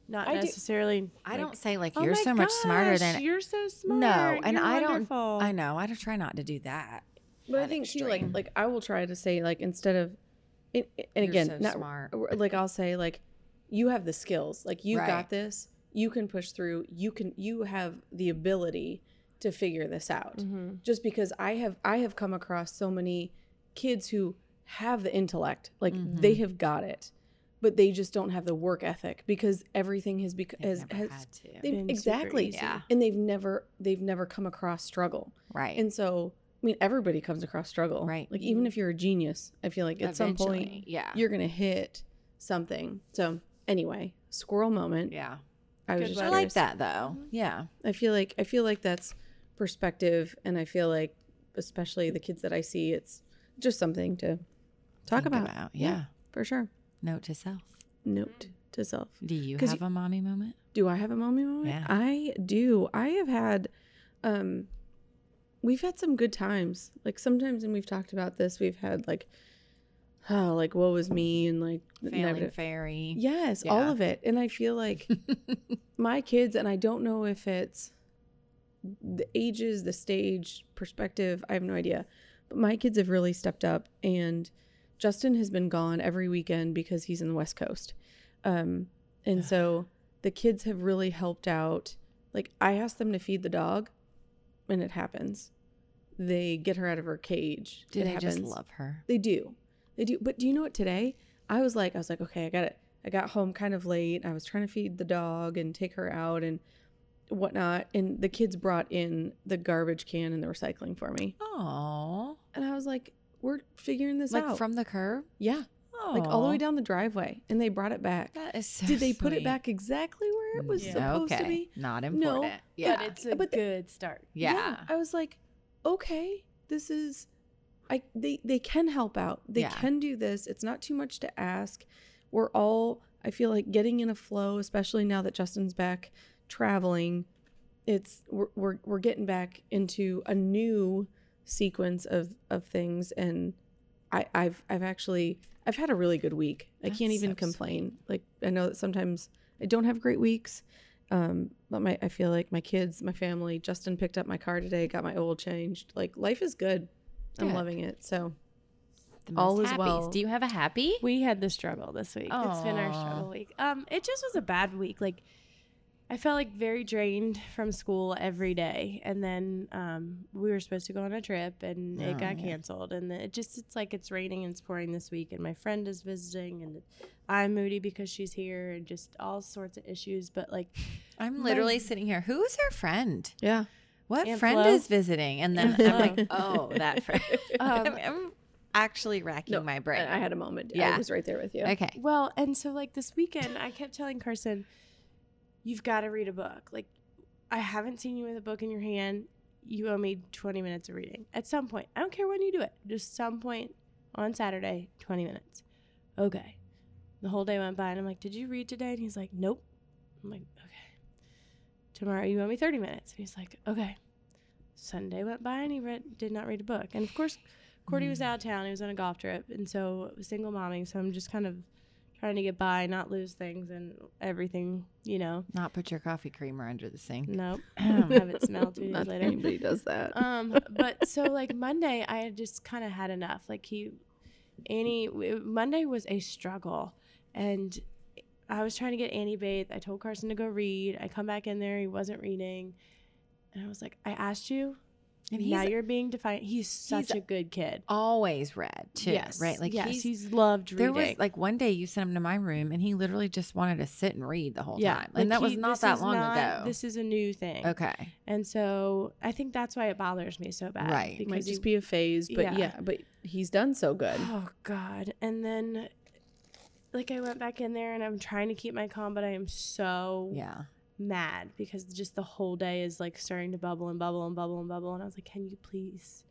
Speaker 3: not
Speaker 2: I do-
Speaker 3: necessarily.
Speaker 1: I
Speaker 3: like,
Speaker 1: don't say like
Speaker 3: "Oh
Speaker 1: you're
Speaker 3: my
Speaker 1: so much smarter
Speaker 3: gosh,
Speaker 1: than
Speaker 3: You're so smart.
Speaker 1: No, and
Speaker 3: you're
Speaker 1: I don't-
Speaker 3: wonderful."
Speaker 1: I know. I don't try not to do that.
Speaker 2: But I
Speaker 1: that
Speaker 2: think too, like
Speaker 1: extreme.
Speaker 2: like I will try to say like instead of, and, and again,
Speaker 1: you're so
Speaker 2: not
Speaker 1: smart.
Speaker 2: like I'll say like, you have the skills, like you
Speaker 1: Right.
Speaker 2: got this, you can push through, you can you have the ability to figure this out.
Speaker 1: Mm-hmm.
Speaker 3: Mhm.
Speaker 2: Just because I have I have come across so many kids who have the intellect, like
Speaker 1: Mm-hmm.
Speaker 2: they have got it, but they just don't have the work ethic because everything has become
Speaker 1: They've
Speaker 2: has,
Speaker 1: never
Speaker 2: has
Speaker 1: had to.
Speaker 2: they've-
Speaker 3: Been super
Speaker 2: exactly
Speaker 3: easy.
Speaker 1: Yeah.
Speaker 2: and they've never they've never come across struggle.
Speaker 1: Right.
Speaker 2: And so, I mean, everybody comes across struggle.
Speaker 1: Right.
Speaker 2: Like, even if you're a genius, I feel like at some point
Speaker 1: Eventually, yeah.
Speaker 2: you're going to hit something. So, anyway, squirrel moment.
Speaker 1: yeah.
Speaker 2: I was
Speaker 3: Good
Speaker 2: just
Speaker 1: I
Speaker 3: one.
Speaker 2: curious.
Speaker 1: like that though.
Speaker 2: Mm-hmm.
Speaker 1: Yeah.
Speaker 2: I feel like, I feel like that's perspective. And I feel like, especially the kids that I see, it's just something to talk
Speaker 1: Think
Speaker 2: about.
Speaker 1: Yeah.
Speaker 2: For sure.
Speaker 1: Note to self.
Speaker 2: Note to self.
Speaker 1: Do you
Speaker 2: 'Cause
Speaker 1: have a mommy moment?
Speaker 2: Do I have a mommy moment?
Speaker 1: Yeah.
Speaker 2: I do. I have had um we've had some good times. Like sometimes and we've talked about this, we've had like oh, like woe is me and like
Speaker 1: Failing
Speaker 2: negative-
Speaker 1: fairy.
Speaker 2: Yes, all
Speaker 1: Yeah.
Speaker 2: of it. And I feel like my kids and I don't know if it's the ages, the stage, perspective, I have no idea. But my kids have really stepped up and Justin has been gone every weekend because he's in the West Coast. Um and so the kids have really helped out. Like I asked them to feed the dog and it happens. They get her out of her cage.
Speaker 1: Do
Speaker 2: it
Speaker 1: they
Speaker 2: happens.
Speaker 1: just love her?
Speaker 2: They do. They do. But do you know what today? I was like, I was like, okay, I got it. I got home kind of late. I was trying to feed the dog and take her out and whatnot. And the kids brought in the garbage can and the recycling for me.
Speaker 1: Oh.
Speaker 2: And I was like, we're figuring this
Speaker 1: Like
Speaker 2: out.
Speaker 1: from the curb?
Speaker 2: yeah.
Speaker 1: Oh.
Speaker 2: Like all the way down the driveway. And they brought it back.
Speaker 1: That is so
Speaker 2: Did they put it
Speaker 1: sweet.
Speaker 2: back exactly where it was
Speaker 3: Yeah.
Speaker 2: supposed
Speaker 1: okay.
Speaker 2: to be?
Speaker 1: Not
Speaker 2: No,
Speaker 1: important. yeah.
Speaker 3: But it's a
Speaker 2: But the-
Speaker 3: good start.
Speaker 1: yeah.
Speaker 2: I was like, okay, this is I they they can help out. They
Speaker 1: Yeah.
Speaker 2: can do this. It's not too much to ask. We're all I feel like getting in a flow, especially now that Justin's back traveling. It's we're we're, we're getting back into a new sequence of of things and I, I've I've actually I've had a really good week. I
Speaker 1: That's
Speaker 2: can't even
Speaker 1: so
Speaker 2: complain. Like I know that sometimes I don't have great weeks, um, but my I feel like my kids, my family. Justin picked up my car today, got my oil changed. Like life is good. I'm
Speaker 1: Good.
Speaker 2: loving it. So
Speaker 1: The
Speaker 2: all
Speaker 1: most
Speaker 2: is
Speaker 1: happies.
Speaker 2: well.
Speaker 1: Do you have a happy?
Speaker 3: We had the struggle this week. It's been our
Speaker 1: Aw.
Speaker 3: struggle week. Um, it just was a bad week. Like I felt like very drained from school every day, and then um, we were supposed to go on a trip, and
Speaker 1: Oh,
Speaker 3: it got
Speaker 1: yeah.
Speaker 3: canceled. And it just it's like it's raining and it's pouring this week, and my friend is visiting, and I'm moody because she's here, and just all sorts of issues. But like
Speaker 1: I'm
Speaker 3: My-
Speaker 1: literally sitting here. Who's her friend?
Speaker 2: yeah,
Speaker 1: What
Speaker 3: Aunt
Speaker 1: friend
Speaker 3: Flo?
Speaker 1: is visiting? And then
Speaker 3: Aunt
Speaker 1: I'm like, oh, that friend.
Speaker 3: Um,
Speaker 1: I'm, I'm actually racking
Speaker 2: No,
Speaker 1: my brain.
Speaker 2: I, I had a moment. I
Speaker 1: Yeah.
Speaker 2: was right there with you.
Speaker 1: okay.
Speaker 3: Well, and so like this weekend, I kept telling Carson, "You've got to read a book. Like, I haven't seen you with a book in your hand. You owe me 20 minutes of reading at some point. I don't care when you do it. Just some point on Saturday, 20 minutes. Okay. The whole day went by, and I'm like, "Did you read today?" And he's like, "Nope." I'm like, "Okay. Tomorrow you owe me 30 minutes." And he's like, "Okay." Sunday went by, and he read, did not read a book. And of course, Cordy was
Speaker 1: Mm.
Speaker 3: out of town. He was on a golf trip, and so single momming. So I'm just kind of trying to get by, not lose things and everything, you know.
Speaker 1: Not put your coffee creamer under the sink.
Speaker 3: Nope. have it smell two
Speaker 2: Not that
Speaker 3: days later.
Speaker 2: Anybody does that.
Speaker 3: Um, but so like Monday, I had just kind of had enough. Like he, Annie, w- Monday was a struggle, and I was trying to get Annie bathed. I told Carson to go read. I come back in there, he wasn't reading, and I was like, I asked you.
Speaker 1: And
Speaker 3: now
Speaker 1: he's
Speaker 3: you're being defiant. He's such a good kid.
Speaker 1: always read too. Right. Like
Speaker 3: yes,
Speaker 1: he's,
Speaker 3: he's, loved
Speaker 1: there
Speaker 3: reading.
Speaker 1: was like one day you sent him to my room and he literally just wanted to sit and read the whole time. And that
Speaker 3: like,
Speaker 1: was
Speaker 3: he-
Speaker 1: not
Speaker 3: this
Speaker 1: that
Speaker 3: is
Speaker 1: long
Speaker 3: not-
Speaker 1: ago.
Speaker 3: This is a new thing.
Speaker 1: okay.
Speaker 3: And so I think that's why it bothers me so bad.
Speaker 1: Right.
Speaker 2: It might
Speaker 3: Because
Speaker 2: just
Speaker 3: you-
Speaker 2: be a phase, but yeah.
Speaker 3: Yeah.
Speaker 2: but he's done so good.
Speaker 3: Oh God. And then like I went back in there and I'm trying to keep my calm, but I am so
Speaker 1: Yeah.
Speaker 3: mad because just the whole day is like starting to bubble and bubble and bubble and bubble. And I was like, Can you please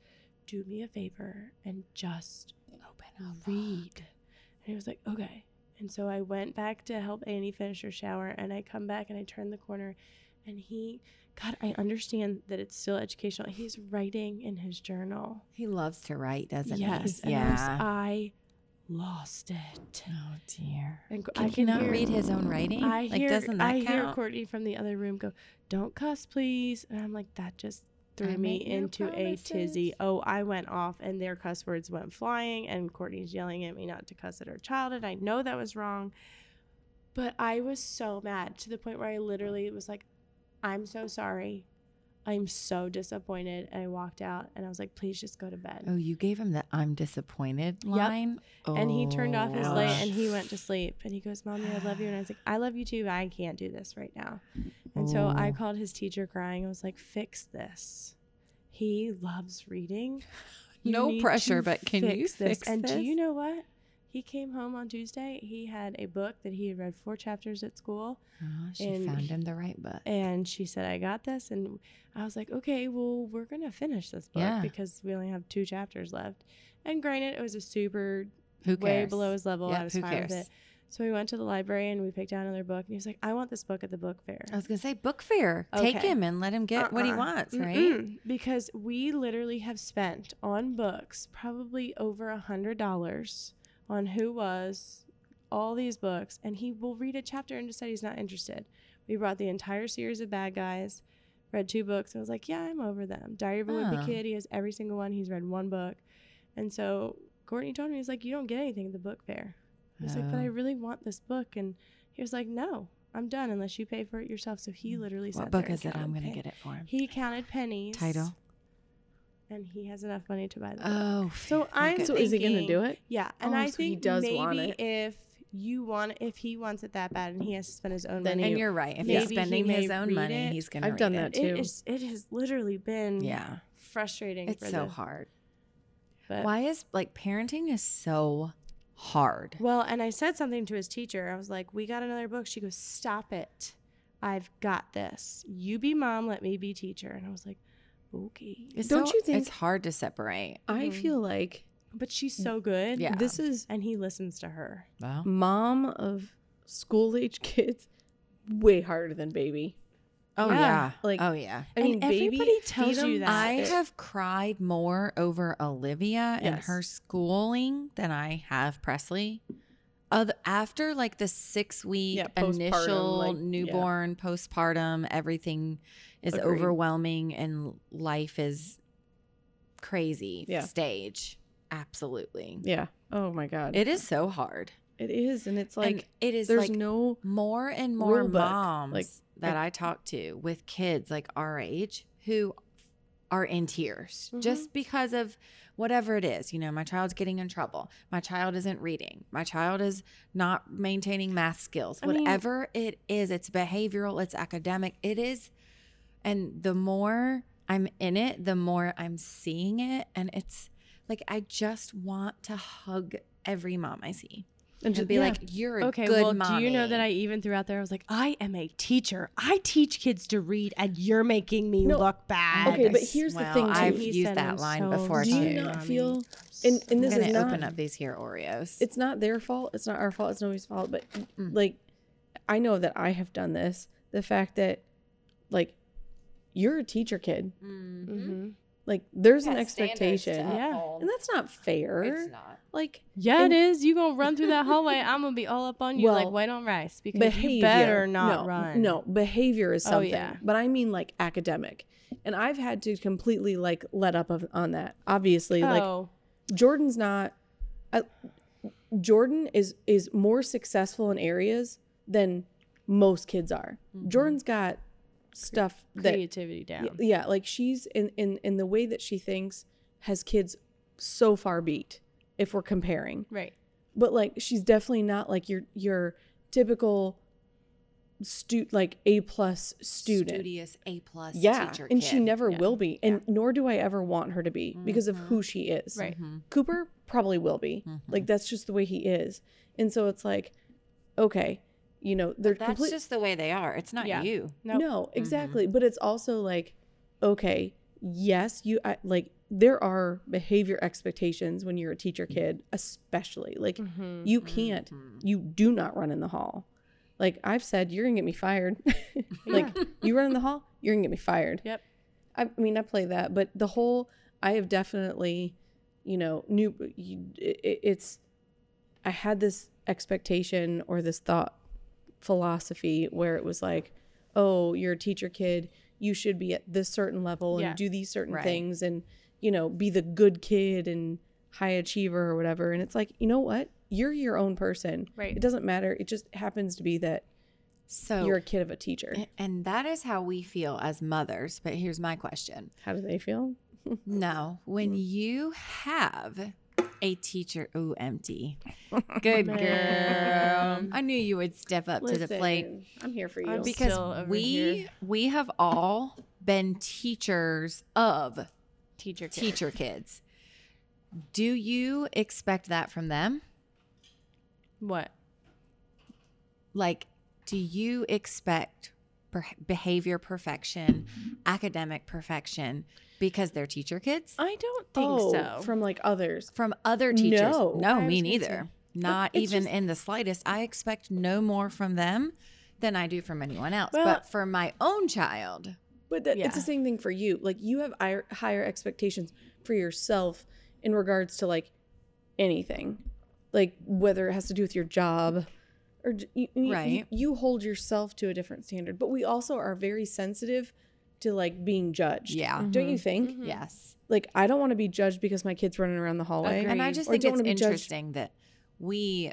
Speaker 3: do me a favor and just
Speaker 1: Open up.
Speaker 3: read? And he was like, Okay. And so I went back to help Annie finish her shower, and I come back and I turn the corner, and he, God, I understand that it's still educational. He's writing in his journal.
Speaker 1: He loves to write, doesn't
Speaker 3: yes,
Speaker 1: he?
Speaker 3: and I was-
Speaker 1: Yeah.
Speaker 3: I lost it.
Speaker 1: Oh dear.
Speaker 3: And
Speaker 1: Can I cannot
Speaker 3: hear-
Speaker 1: read his own writing.
Speaker 3: I
Speaker 1: like
Speaker 3: hear,
Speaker 1: doesn't that
Speaker 3: I
Speaker 1: count?
Speaker 3: hear Courtney from the other room go, "Don't cuss, please," and I'm like, that just threw
Speaker 1: I
Speaker 3: me
Speaker 1: make no
Speaker 3: into a tizzy.
Speaker 1: promises.
Speaker 3: Oh, I went off, and their cuss words went flying, and Courtney's yelling at me not to cuss at her child, and I know that was wrong, but I was so mad to the point where I literally was like, "I'm so sorry." I'm so disappointed. And I walked out and I was like, please just go to bed.
Speaker 1: oh, you gave him the "I'm disappointed" line. Oh,
Speaker 3: And he turned off his light
Speaker 1: Ouch.
Speaker 3: and he went to sleep. And he goes, Mommy, I love you. And I was like, I love you too, but I can't do this right now. And so I
Speaker 1: Ooh.
Speaker 3: called his teacher crying. I was like, Fix this. He loves reading. You
Speaker 1: No
Speaker 3: need
Speaker 1: pressure,
Speaker 3: to
Speaker 1: but can you fix
Speaker 3: And do
Speaker 1: this?
Speaker 3: you know what? He came home on Tuesday. He had a book that he had read four chapters at school.
Speaker 1: Oh, she
Speaker 3: and
Speaker 1: found
Speaker 3: he-
Speaker 1: him the right book.
Speaker 3: And she said, I got this. And I was like, okay, well, we're going to finish this book
Speaker 1: Yeah.
Speaker 3: because we only have two chapters left. And granted, it was a super
Speaker 1: Who
Speaker 3: way
Speaker 1: cares?
Speaker 3: below his level.
Speaker 1: Yep,
Speaker 3: I was
Speaker 1: who
Speaker 3: fine with
Speaker 1: cares?
Speaker 3: it. So we went to the library and we picked out another book. And he was like, I want this book at the book fair.
Speaker 1: I was gonna say book fair. Take
Speaker 3: Okay.
Speaker 1: him and let him get what he
Speaker 3: Uh-uh.
Speaker 1: wants, right?
Speaker 3: Mm-mm. Because we literally have spent on books probably over a hundred dollars on who was all these books, and he will read a chapter and decide he's not interested. We brought the entire series of bad guys, read two books, and was like, "Yeah, I'm over them." Diary of a
Speaker 1: Oh.
Speaker 3: Wimpy Kid. He has every single one. He's read one book, and so Courtney told me, "He's like, you don't get anything at the book fair." I was like, "But I
Speaker 1: Oh.
Speaker 3: really want this book," and he was like, "No." I'm done unless you pay for it yourself. So he literally said,
Speaker 1: Mm. What book is it? I'm gonna
Speaker 3: it.
Speaker 1: get it for him.
Speaker 3: He counted pennies.
Speaker 1: Title.
Speaker 3: And he has enough money to buy the book.
Speaker 1: Oh,
Speaker 3: So
Speaker 1: phew,
Speaker 3: I'm
Speaker 1: okay.
Speaker 2: So is he gonna
Speaker 3: thinking-
Speaker 2: do it?
Speaker 3: Yeah, and
Speaker 2: Oh,
Speaker 3: I
Speaker 2: so he
Speaker 3: think
Speaker 2: does
Speaker 3: maybe
Speaker 2: want it.
Speaker 3: if you want, if he wants it that bad, and he has to spend his own
Speaker 2: Then
Speaker 3: money.
Speaker 1: And you're right. If
Speaker 3: Maybe
Speaker 1: he's
Speaker 3: he
Speaker 1: spending
Speaker 3: may
Speaker 1: his own
Speaker 3: read
Speaker 1: money,
Speaker 3: it.
Speaker 1: he's gonna.
Speaker 2: I've
Speaker 1: read
Speaker 2: done
Speaker 1: it.
Speaker 2: that
Speaker 3: it
Speaker 2: too.
Speaker 3: is. It has literally been
Speaker 1: Yeah,
Speaker 3: frustrating.
Speaker 1: it's
Speaker 3: for
Speaker 1: so
Speaker 3: the-
Speaker 1: hard.
Speaker 3: But,
Speaker 1: Why is like parenting is so hard?
Speaker 3: Well, and I said something to his teacher. I was like, "We got another book." She goes, "Stop it! I've got this. You be mom. Let me be teacher." And I was like, "Okay."
Speaker 1: It's
Speaker 2: Don't
Speaker 1: so-
Speaker 2: you think-
Speaker 1: it's hard to separate?
Speaker 2: I
Speaker 3: Mhm.
Speaker 2: feel like
Speaker 3: But she's so good.
Speaker 1: Yeah.
Speaker 2: this is
Speaker 3: And he listens to her.
Speaker 1: Well,
Speaker 2: Mm, mom of school age kids way harder than baby.
Speaker 1: oh
Speaker 3: Yeah.
Speaker 1: yeah,
Speaker 2: Like,
Speaker 1: oh yeah.
Speaker 2: I mean,
Speaker 3: and everybody
Speaker 2: baby
Speaker 3: tells
Speaker 2: feed
Speaker 3: you
Speaker 2: 'em
Speaker 3: that.
Speaker 1: I
Speaker 2: it-
Speaker 1: have cried more over Olivia and
Speaker 3: Yes.
Speaker 1: her schooling than I have Presley. Oth- After like the six week
Speaker 2: Yeah, postpartum,
Speaker 1: initial
Speaker 2: like- yeah.
Speaker 1: newborn postpartum, everything is
Speaker 2: Agreed.
Speaker 1: overwhelming and life is crazy
Speaker 2: Yeah.
Speaker 1: stage. Absolutely.
Speaker 2: Yeah. Oh my god.
Speaker 1: It is so hard.
Speaker 2: it is, and it's
Speaker 1: Like
Speaker 2: like
Speaker 1: it is like
Speaker 2: there's no
Speaker 1: more and more
Speaker 2: rule book, like,
Speaker 1: moms that I talk to with kids like our age who are in tears
Speaker 3: Mhm.
Speaker 1: just because of whatever it is. You know, my child's getting in trouble. My child isn't reading. My child is not maintaining math skills.
Speaker 3: I mean-
Speaker 1: whatever it is, it's behavioral, it's academic. It is. And the more I'm in it, the more I'm seeing it. And it's like, I just want to hug every mom I see
Speaker 2: and
Speaker 1: and
Speaker 2: just
Speaker 1: be
Speaker 2: yeah.
Speaker 1: like, you're a
Speaker 3: Okay,
Speaker 1: good
Speaker 3: well, do you know
Speaker 1: mommy."
Speaker 3: that I even threw out there? I was like, I am a teacher. I teach kids to read, and you're making me
Speaker 2: No,
Speaker 3: look bad.
Speaker 2: Okay, but here's the thing, too.
Speaker 1: I've
Speaker 3: He's
Speaker 1: used
Speaker 3: sending
Speaker 1: that line
Speaker 3: so
Speaker 1: before
Speaker 3: much
Speaker 2: do
Speaker 1: too.
Speaker 2: you
Speaker 3: Sorry,
Speaker 2: not
Speaker 3: mommy.
Speaker 2: feel and and this
Speaker 1: I'm
Speaker 2: is
Speaker 1: gonna
Speaker 2: not
Speaker 1: open up these here Oreos.
Speaker 2: it's not their fault. It's not our fault. It's nobody's fault. But like, I know that I have done this. The fact that, like, you're a teacher kid.
Speaker 1: Mm-hmm.
Speaker 3: hmm
Speaker 2: Like, Mm-hmm. there's an expectation,
Speaker 3: Yeah.
Speaker 2: and that's not fair.
Speaker 1: not.
Speaker 2: Like,
Speaker 3: Yeah,
Speaker 2: And-
Speaker 3: it is. You gonna run through that hallway? I'm gonna be all up on you like
Speaker 2: Well,
Speaker 3: white on rice because
Speaker 2: behavior.
Speaker 3: you better not
Speaker 2: no,
Speaker 3: run.
Speaker 2: No, behavior is
Speaker 3: Oh,
Speaker 2: something.
Speaker 3: yeah.
Speaker 2: But I mean, like, academic. And I've had to completely like let up of, on that. Obviously, like
Speaker 3: oh,
Speaker 2: Jordan's not. I, Jordan is is more successful in areas than most kids are. Jordan's got stuff that
Speaker 3: creativity down.
Speaker 2: y- yeah, like she's in in in the way that she thinks has kids so far beat if we're comparing.
Speaker 3: Right.
Speaker 2: But like she's definitely not like your your typical stu like A plus student.
Speaker 1: Studious A plus
Speaker 2: Yeah,
Speaker 1: teacher
Speaker 2: and
Speaker 1: kid.
Speaker 2: she never
Speaker 3: Yeah.
Speaker 2: will be, and nor do I ever want her to be because of who she is.
Speaker 3: Right.
Speaker 1: Mm-hmm.
Speaker 2: Cooper probably will be. Like that's just the way he is. And so it's like, okay, you know, they're
Speaker 1: That's
Speaker 2: complete.
Speaker 1: just Mm-hmm. the way they are. It's not
Speaker 3: Yeah.
Speaker 1: you.
Speaker 3: No.
Speaker 2: No, exactly. But it's also like, okay, yes, you I, like there are behavior expectations when you're a teacher
Speaker 1: Mm-hmm.
Speaker 2: kid, especially. Like
Speaker 3: Mhm.
Speaker 2: you can't,
Speaker 1: Mhm.
Speaker 2: you do not run in the hall. Like I've said, you're gonna get me fired. like you run in the hall, you're gonna get me fired.
Speaker 3: Yep.
Speaker 2: I, I mean, I play that, but the whole I have definitely, you know, new. You, it, it's I had this expectation or this thought philosophy where it was like, oh, you're a teacher kid, you should be at this certain level and
Speaker 3: Yeah.
Speaker 2: do these certain
Speaker 1: Right.
Speaker 2: things and you know be the good kid and high achiever or whatever. And it's like, you know what? You're your own person.
Speaker 3: Mm-hmm. Right.
Speaker 2: It doesn't matter. It just happens to be that
Speaker 1: so
Speaker 2: you're a kid of a teacher.
Speaker 1: A- And that is how we feel as mothers. But here's my question.
Speaker 2: How do they feel? Mm-hmm.
Speaker 1: No, when you have a teacher, ooh, empty. Good girl.
Speaker 3: Man.
Speaker 1: I knew you would step up to the plate
Speaker 2: Listen, I'm here for you.
Speaker 3: I'm
Speaker 2: Because
Speaker 1: because
Speaker 3: still over
Speaker 1: we
Speaker 3: here.
Speaker 1: we have all been teachers of
Speaker 3: Teacher. kid.
Speaker 1: teacher kids. Do you expect that from them?
Speaker 3: What?
Speaker 1: like do you expect per- behavior perfection academic perfection because they're teacher kids
Speaker 3: I don't think so.
Speaker 2: Oh, From like others.
Speaker 1: from other teachers
Speaker 2: No.
Speaker 1: no
Speaker 3: I was
Speaker 1: me
Speaker 3: gonna
Speaker 1: neither not
Speaker 2: it's
Speaker 1: even
Speaker 2: just-
Speaker 1: in the slightest i expect no more from them than i do from anyone else
Speaker 3: Well-
Speaker 1: but for my own child
Speaker 2: But that, it's the
Speaker 3: Yeah.
Speaker 2: same thing for you. Like you have higher, higher expectations for yourself in regards to like anything, like whether it has to do with your job or j- you, you-
Speaker 1: Right.
Speaker 2: You, you hold yourself to a different standard. But we also are very sensitive to like being judged.
Speaker 1: yeah
Speaker 2: Don't you think?
Speaker 3: Mhm.
Speaker 1: yes
Speaker 2: Like I don't want to be judged because my kid's running around the hallway.
Speaker 3: Agreed.
Speaker 1: and i just
Speaker 2: Or
Speaker 1: think
Speaker 2: don't
Speaker 1: it's
Speaker 2: wanna be judged.
Speaker 1: interesting that we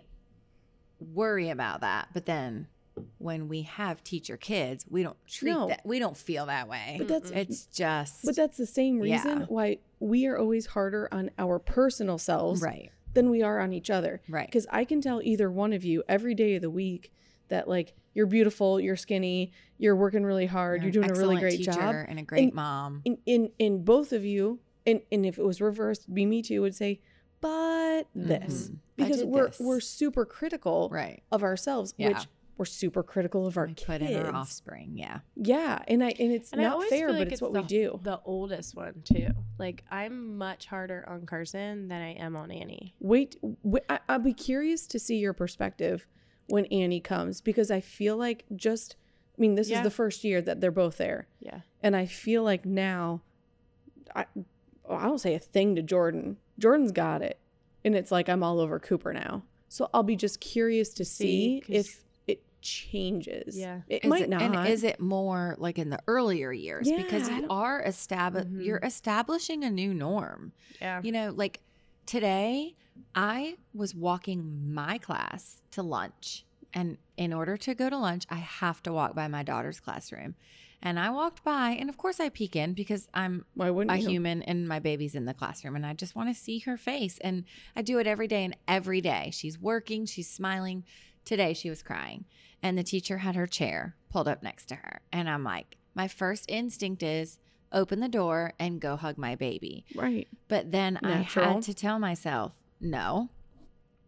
Speaker 1: worry about that but then when we have teacher kids we don't treat
Speaker 2: No.
Speaker 1: that we don't feel that way
Speaker 2: But that's
Speaker 1: it's just
Speaker 2: But that's the same
Speaker 1: Yeah.
Speaker 2: reason why we are always harder on our personal selves
Speaker 1: right
Speaker 2: than we are on each other.
Speaker 1: right
Speaker 2: Because I can tell either one of you every day of the week that like you're beautiful, you're skinny, you're working really hard, you're,
Speaker 1: an
Speaker 2: doing a really
Speaker 1: excellent
Speaker 2: great
Speaker 1: teacher
Speaker 2: job.
Speaker 1: and a great
Speaker 2: And-
Speaker 1: mom.
Speaker 2: In in in both of you, and and if it was reversed, be me too would say, but this.
Speaker 1: Mhm. I
Speaker 2: Because
Speaker 1: did
Speaker 2: we're
Speaker 1: this.
Speaker 2: we're super critical
Speaker 1: right.
Speaker 2: of ourselves,
Speaker 1: Yeah.
Speaker 2: which we're super critical of our
Speaker 1: we
Speaker 2: kids.
Speaker 1: put in our offspring. Yeah.
Speaker 2: Yeah, and I and it's
Speaker 3: And I
Speaker 2: not
Speaker 3: always
Speaker 2: fair,
Speaker 3: feel like
Speaker 2: but it's,
Speaker 3: it's
Speaker 2: what
Speaker 3: the-
Speaker 2: we do.
Speaker 3: The oldest one too. Like I'm much harder on Carson than I am on Annie.
Speaker 2: Wait, w- I, I'll be curious to see your perspective when Annie comes because I feel like just, I mean, this is
Speaker 3: Yeah.
Speaker 2: the first year that they're both there.
Speaker 3: Yeah.
Speaker 2: And I feel like now, I, oh, I don't say a thing to Jordan. Jordan's got it. And it's like I'm all over Cooper now. So I'll be just curious to see,
Speaker 3: See, 'cause-
Speaker 2: if it changes.
Speaker 3: Yeah.
Speaker 2: It
Speaker 1: Is
Speaker 2: might
Speaker 1: it,
Speaker 2: not.
Speaker 1: And is it more like in the earlier years because
Speaker 2: Yeah, I
Speaker 1: you
Speaker 2: don't- Mm-hmm.
Speaker 1: are establish
Speaker 3: Mhm.
Speaker 1: you're establishing a new norm.
Speaker 3: Yeah.
Speaker 1: You know, like today I was walking my class to lunch and in order to go to lunch I have to walk by my daughter's classroom. And I walked by and of course I peek in because I'm
Speaker 2: Why wouldn't
Speaker 1: a
Speaker 2: you?
Speaker 1: human and my baby's in the classroom and I just want to see her face and I do it every day and every day she's working she's smiling today she was crying and the teacher had her chair pulled up next to her and I'm like my first instinct is open the door and go hug my baby
Speaker 2: Right.
Speaker 1: but then I
Speaker 2: Natural.
Speaker 1: had to tell myself no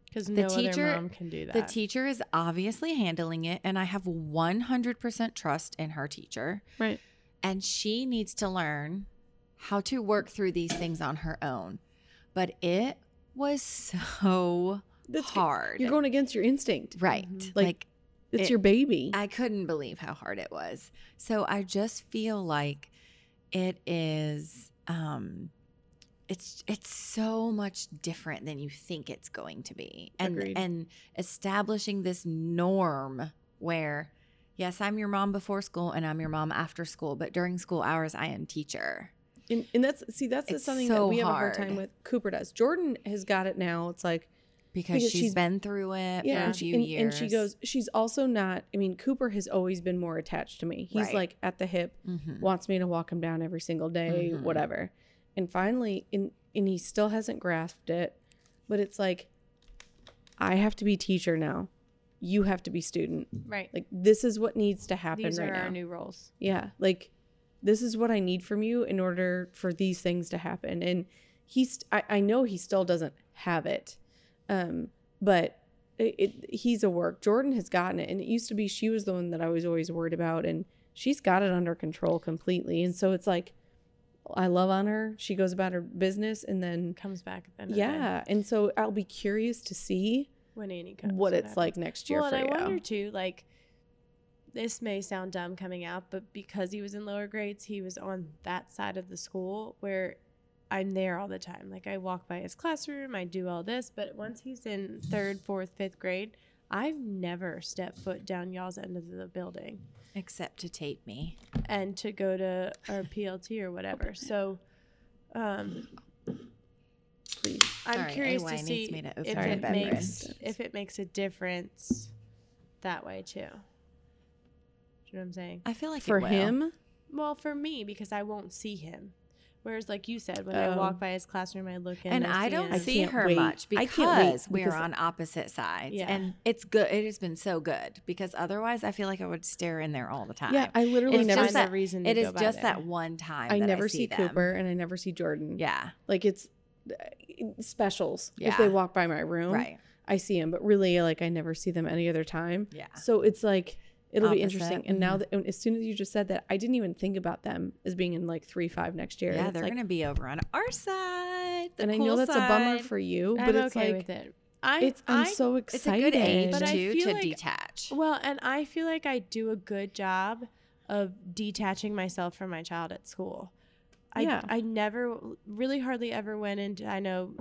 Speaker 3: Because
Speaker 1: The
Speaker 3: no
Speaker 1: teacher-
Speaker 3: other mom can do that.
Speaker 1: the teacher is obviously handling it and I have 100% trust in her teacher
Speaker 2: Right.
Speaker 1: and she needs to learn how to work through these things on her own. But it was so
Speaker 2: That's good.
Speaker 1: hard.
Speaker 2: You're going against your instinct.
Speaker 1: right.
Speaker 3: Mhm.
Speaker 1: Like,
Speaker 2: Like, It's
Speaker 1: It-
Speaker 2: your baby.
Speaker 1: I couldn't believe how hard it was. So I just feel like it is um it's it's so much different than you think it's going to be. And
Speaker 2: Agreed.
Speaker 1: and establishing this norm where yes, I'm your mom before school and I'm your mom after school, but during school hours I am teacher.
Speaker 2: And, and that's see that's
Speaker 1: It's
Speaker 2: something
Speaker 1: so
Speaker 2: that we have a hard time
Speaker 1: hard.
Speaker 2: with. Cooper does. Jordan has got it now. It's like
Speaker 1: because,
Speaker 2: Because
Speaker 1: she's
Speaker 2: she's-
Speaker 1: been through it
Speaker 2: yeah,
Speaker 1: for a
Speaker 2: and,
Speaker 1: few
Speaker 2: and-
Speaker 1: years.
Speaker 2: and she goes. She's also not. I mean, Cooper has always been more attached to me. He's
Speaker 1: Right.
Speaker 2: like at the hip,
Speaker 1: Mhm.
Speaker 2: wants me to walk him down every single day,
Speaker 1: Mhm.
Speaker 2: whatever. And finally, and and he still hasn't grasped it, but it's like, I have to be teacher now. You have to be student.
Speaker 3: right.
Speaker 2: Like this is what needs to happen
Speaker 3: These
Speaker 2: right
Speaker 3: are
Speaker 2: now.
Speaker 3: our new roles.
Speaker 2: Yeah, like this is what I need from you in order for these things to happen. And he's I, I know he still doesn't have it. Um, but it, it he's a work. Jordan has gotten it and it used to be she was the one that I was always worried about and she's got it under control completely. And so it's like I love on her. She goes about her business and then
Speaker 3: Comes back at the end of the day
Speaker 2: yeah, and so I'll be curious to see
Speaker 3: when Annie comes.
Speaker 2: what
Speaker 3: and
Speaker 2: it's
Speaker 3: happens.
Speaker 2: like next year
Speaker 3: Well,
Speaker 2: for
Speaker 3: and
Speaker 2: you.
Speaker 3: I wonder too, like this may sound dumb coming out, but because he was in lower grades, he was on that side of the school where I'm there all the time. Like I walk by his classroom, I do all this, but once he's in third, fourth, fifth grade, I've never stepped foot down y'all's end of the building
Speaker 1: except to tape me.
Speaker 3: and to go to our PLT or whatever. So um
Speaker 2: Please.
Speaker 3: I'm
Speaker 1: Sorry,
Speaker 3: curious
Speaker 1: AY
Speaker 3: to
Speaker 1: needs
Speaker 3: see
Speaker 1: me to open
Speaker 3: if
Speaker 2: her
Speaker 3: it
Speaker 2: bedroom.
Speaker 3: makes if it makes a difference that way too. Do you know what I'm saying?
Speaker 1: I feel like it
Speaker 2: for
Speaker 1: will.
Speaker 2: him.
Speaker 3: Well, for me because I won't see him. Whereas, like you said, when I
Speaker 2: Oh.
Speaker 3: walk by his classroom, I look in
Speaker 1: And I don't
Speaker 2: I
Speaker 3: his-
Speaker 1: see
Speaker 2: can't
Speaker 1: her
Speaker 2: wait.
Speaker 1: much
Speaker 2: I
Speaker 1: because
Speaker 2: can't wait
Speaker 1: we're
Speaker 2: because-
Speaker 1: on opposite sides.
Speaker 3: Yeah.
Speaker 1: And it's good. It has been so good because otherwise I feel like I would stare in there all the time.
Speaker 2: Yeah, I literally
Speaker 1: It's
Speaker 2: never.
Speaker 1: just
Speaker 3: find
Speaker 1: that-
Speaker 2: See,
Speaker 3: a reason.
Speaker 1: it
Speaker 3: to
Speaker 1: is
Speaker 3: go by
Speaker 1: just
Speaker 3: there.
Speaker 1: that one time.
Speaker 2: I
Speaker 1: that
Speaker 2: never see,
Speaker 1: them.
Speaker 2: Cooper and I never see Jordan.
Speaker 1: Yeah.
Speaker 2: like it's uh, specials. If
Speaker 1: Yeah.
Speaker 2: they walk by my room,
Speaker 1: Right.
Speaker 2: I see him, but really, like I never see them any other time.
Speaker 1: Yeah.
Speaker 2: So it's like it'll be
Speaker 1: Opposite. Mm-hmm.
Speaker 2: interesting. And now that and as soon as you just said that, I didn't even think about them as being in like three five next year.
Speaker 1: Yeah,
Speaker 2: it's
Speaker 1: they're
Speaker 2: like,
Speaker 1: gonna be over on our side. the
Speaker 2: and I
Speaker 1: cool
Speaker 2: know that's a bummer
Speaker 1: side.
Speaker 2: for you,
Speaker 3: I'm
Speaker 2: but it's
Speaker 3: okay
Speaker 2: like
Speaker 3: with it. I,
Speaker 2: it's I'm
Speaker 3: I,
Speaker 2: so
Speaker 1: It's
Speaker 2: excited.
Speaker 1: a good age
Speaker 3: But I
Speaker 1: too
Speaker 3: feel
Speaker 1: to
Speaker 3: like-
Speaker 1: detach.
Speaker 3: Well, and I feel like I do a good job of detaching myself from my child at school. I
Speaker 2: Yeah.
Speaker 3: I never really hardly ever went into I know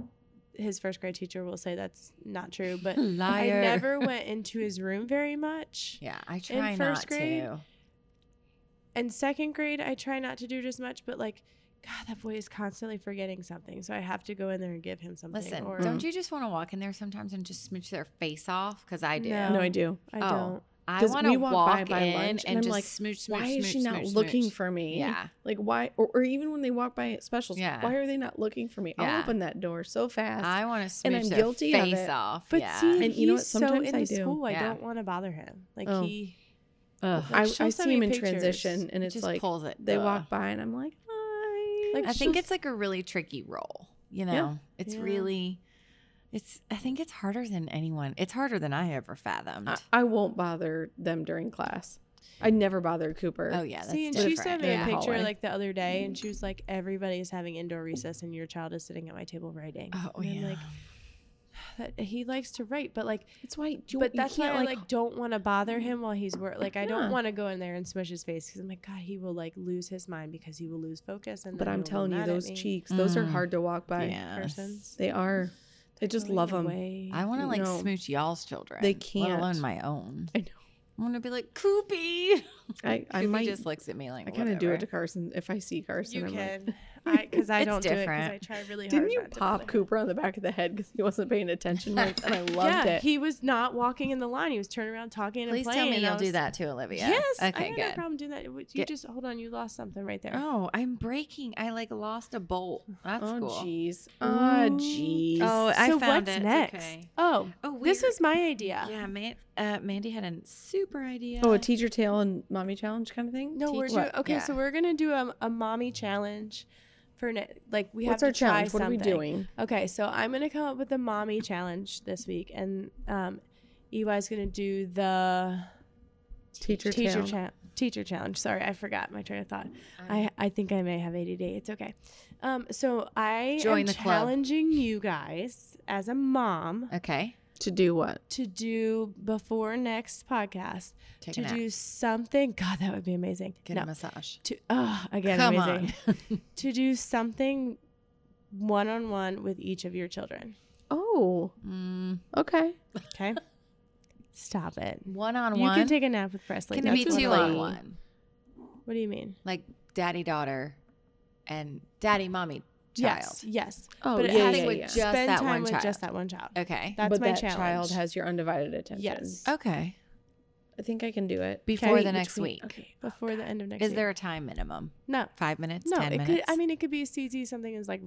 Speaker 3: his first grade teacher will say that's not true, but I
Speaker 1: Liar.
Speaker 3: never went into his room very much.
Speaker 1: Yeah, I try
Speaker 3: first
Speaker 1: not
Speaker 3: grade,
Speaker 1: to.
Speaker 3: And second grade I try not to do it as much, but like God, that boy is constantly forgetting something, so I have to go in there and give him something.
Speaker 1: Listen,
Speaker 3: or
Speaker 1: don't you just want to walk in there sometimes and just smooch their face off? Because I do.
Speaker 3: No.
Speaker 2: no, I do.
Speaker 3: I
Speaker 1: Oh,
Speaker 3: don't.
Speaker 1: I
Speaker 2: 'Cause
Speaker 1: want to
Speaker 2: we walk by
Speaker 1: walk
Speaker 2: by
Speaker 1: in
Speaker 2: lunch
Speaker 1: and,
Speaker 2: and I'm
Speaker 1: just
Speaker 2: like,
Speaker 1: smooch, smooch,
Speaker 2: Why is she
Speaker 1: smooch,
Speaker 2: not
Speaker 1: smooch,
Speaker 2: looking
Speaker 1: smooch.
Speaker 2: for me?
Speaker 1: Yeah,
Speaker 2: Like why or, or even when they walk by at specials,
Speaker 1: Yeah.
Speaker 2: why are they not looking for me?
Speaker 1: Yeah.
Speaker 2: I'll open that door so fast.
Speaker 1: I want to
Speaker 2: And
Speaker 1: smooch
Speaker 2: I'm
Speaker 1: their
Speaker 2: guilty of
Speaker 1: face
Speaker 2: it.
Speaker 1: off.
Speaker 3: But
Speaker 1: yeah.
Speaker 3: see,
Speaker 2: And you know
Speaker 3: he's
Speaker 2: what?
Speaker 3: so
Speaker 2: Sometimes
Speaker 3: into
Speaker 2: I do.
Speaker 3: school. I
Speaker 1: Yeah.
Speaker 3: don't want to bother him. Like
Speaker 2: Oh.
Speaker 3: he
Speaker 1: Ugh.
Speaker 3: Like,
Speaker 2: I,
Speaker 3: she'll
Speaker 2: I
Speaker 3: send
Speaker 2: see him
Speaker 3: me
Speaker 2: in
Speaker 3: pictures.
Speaker 2: transition, and
Speaker 1: It
Speaker 2: it's
Speaker 1: just
Speaker 2: like
Speaker 1: pulls it.
Speaker 2: they
Speaker 1: Ugh.
Speaker 2: walk by, and I'm like, hi.
Speaker 3: Like,
Speaker 1: I think
Speaker 3: she'll-
Speaker 1: it's like a really tricky role. You know, it's
Speaker 3: Yeah.
Speaker 1: really, it's. I think it's harder than anyone. It's harder than I ever fathomed.
Speaker 2: I, I won't bother them during class. I never bothered Cooper.
Speaker 1: oh yeah, that's
Speaker 3: See, and she
Speaker 1: different.
Speaker 3: sent me
Speaker 2: Yeah.
Speaker 3: a picture
Speaker 2: Hallway.
Speaker 3: like the other day, and she was like, "Everybody's having indoor recess, and your child is sitting at my table writing."
Speaker 1: Oh
Speaker 3: And I'm
Speaker 1: yeah.
Speaker 3: like that, he likes to write, but like,
Speaker 2: It's why. Do,
Speaker 3: but
Speaker 2: you
Speaker 3: that's why
Speaker 2: can't,
Speaker 3: I like don't want to bother him while he's work. Like, I
Speaker 2: Yeah.
Speaker 3: don't want to go in there and smush his face because I'm like, God, he will like lose his mind because he will lose focus. And
Speaker 2: But
Speaker 3: then
Speaker 2: I'm
Speaker 3: he'll be
Speaker 2: telling you,
Speaker 3: mad at
Speaker 2: those
Speaker 3: me.
Speaker 2: cheeks, those are
Speaker 1: Mm.
Speaker 2: hard to walk by.
Speaker 1: Yes.
Speaker 3: persons.
Speaker 2: They are. I just
Speaker 3: going
Speaker 2: love them.
Speaker 3: away.
Speaker 1: I want to like
Speaker 2: No.
Speaker 1: smooch y'all's children.
Speaker 2: They
Speaker 1: let
Speaker 2: can't.
Speaker 1: alone my own.
Speaker 2: I know.
Speaker 1: I want to be like Koopy.
Speaker 2: I, I
Speaker 1: Koopy
Speaker 2: might.
Speaker 1: just looks at me like
Speaker 2: I kind of do it
Speaker 1: whatever.
Speaker 2: to Carson if I see Carson.
Speaker 3: You
Speaker 2: I'm Like, "Hmm,
Speaker 3: can, I because I
Speaker 1: It's
Speaker 3: don't do it because
Speaker 1: different.
Speaker 3: I try really hard.
Speaker 2: Didn't you
Speaker 3: not to bother
Speaker 2: pop
Speaker 3: him.
Speaker 2: Cooper on the back of the head because he wasn't paying attention? once, and I loved
Speaker 3: yeah,
Speaker 2: it.
Speaker 3: he was not walking in the line. He was turning around talking and
Speaker 1: Please
Speaker 3: playing.
Speaker 1: tell me
Speaker 3: and I
Speaker 1: you'll do
Speaker 3: was-
Speaker 1: that too, Olivia.
Speaker 3: Yes. I
Speaker 1: Okay.
Speaker 3: had no
Speaker 1: Good.
Speaker 3: problem doing that. You
Speaker 1: Get-
Speaker 3: just hold on. You lost something right there.
Speaker 1: Oh, I'm breaking. I like lost a bolt. That's
Speaker 2: oh
Speaker 1: cool.
Speaker 2: jeez.
Speaker 3: Ooh.
Speaker 2: Oh jeez.
Speaker 1: Oh, I
Speaker 3: so
Speaker 1: found
Speaker 3: what's
Speaker 1: it. It's
Speaker 3: next?
Speaker 1: okay.
Speaker 3: Oh,
Speaker 1: Oh,
Speaker 3: this
Speaker 1: weird.
Speaker 3: was my idea.
Speaker 1: Yeah, Ma- uh, Mandy had a super idea.
Speaker 2: Oh, a teacher tail and mommy challenge kind of thing.
Speaker 3: No, we're
Speaker 1: Teach-
Speaker 3: doing
Speaker 1: what?
Speaker 3: okay.
Speaker 1: Yeah.
Speaker 3: So we're gonna do um, a, a mommy challenge for ne- like we
Speaker 2: What's
Speaker 3: have
Speaker 2: our
Speaker 3: to try
Speaker 2: challenge? What are we
Speaker 3: something.
Speaker 2: doing?
Speaker 3: Okay, so I'm gonna come up with a mommy challenge this week, and um, EY's gonna do the
Speaker 2: Teacher,
Speaker 3: teacher
Speaker 2: tail.
Speaker 3: cha- teacher challenge. Sorry, I forgot my train of thought.
Speaker 1: I'm-
Speaker 3: I, I think I may have ADD. It's okay. Um, so I
Speaker 1: Join
Speaker 3: am
Speaker 1: the club.
Speaker 3: challenging you guys as a mom
Speaker 1: okay.
Speaker 2: to do what?
Speaker 3: to do before next podcast
Speaker 1: Take
Speaker 3: to
Speaker 1: a nap.
Speaker 3: do something. God, that would be amazing.
Speaker 1: Get
Speaker 3: no,
Speaker 1: a massage.
Speaker 3: to oh again
Speaker 1: Come
Speaker 3: amazing
Speaker 1: on.
Speaker 3: to do something one on one with each of your children.
Speaker 2: Oh,
Speaker 1: Mm,
Speaker 2: okay.
Speaker 3: Okay, stop it.
Speaker 1: one on
Speaker 3: You
Speaker 1: one.
Speaker 3: can take a nap with Presley.
Speaker 1: Can it be
Speaker 3: That's
Speaker 1: two
Speaker 3: lovely.
Speaker 1: on one?
Speaker 3: What do you mean?
Speaker 1: Like daddy daughter, and daddy mommy child.
Speaker 3: Yes, yes.
Speaker 2: Oh,
Speaker 3: But it
Speaker 1: yeah,
Speaker 3: has
Speaker 1: yeah,
Speaker 3: to
Speaker 1: with
Speaker 2: yeah.
Speaker 1: just that
Speaker 3: Spend time
Speaker 1: one
Speaker 3: with
Speaker 1: child.
Speaker 3: just that one child.
Speaker 1: Okay.
Speaker 3: That's
Speaker 2: but
Speaker 3: my
Speaker 2: that
Speaker 3: challenge.
Speaker 2: child has your undivided attention.
Speaker 3: Yes.
Speaker 1: okay.
Speaker 2: I think I can do it
Speaker 1: Before
Speaker 2: Okay,
Speaker 1: the next
Speaker 2: between-
Speaker 1: week.
Speaker 2: Okay.
Speaker 3: before the end of next.
Speaker 1: Is
Speaker 3: week.
Speaker 1: there a time minimum?
Speaker 3: no?
Speaker 1: Five minutes?
Speaker 3: No.
Speaker 1: Ten
Speaker 3: It could.
Speaker 1: minutes?
Speaker 3: I mean, it could be as easy something as like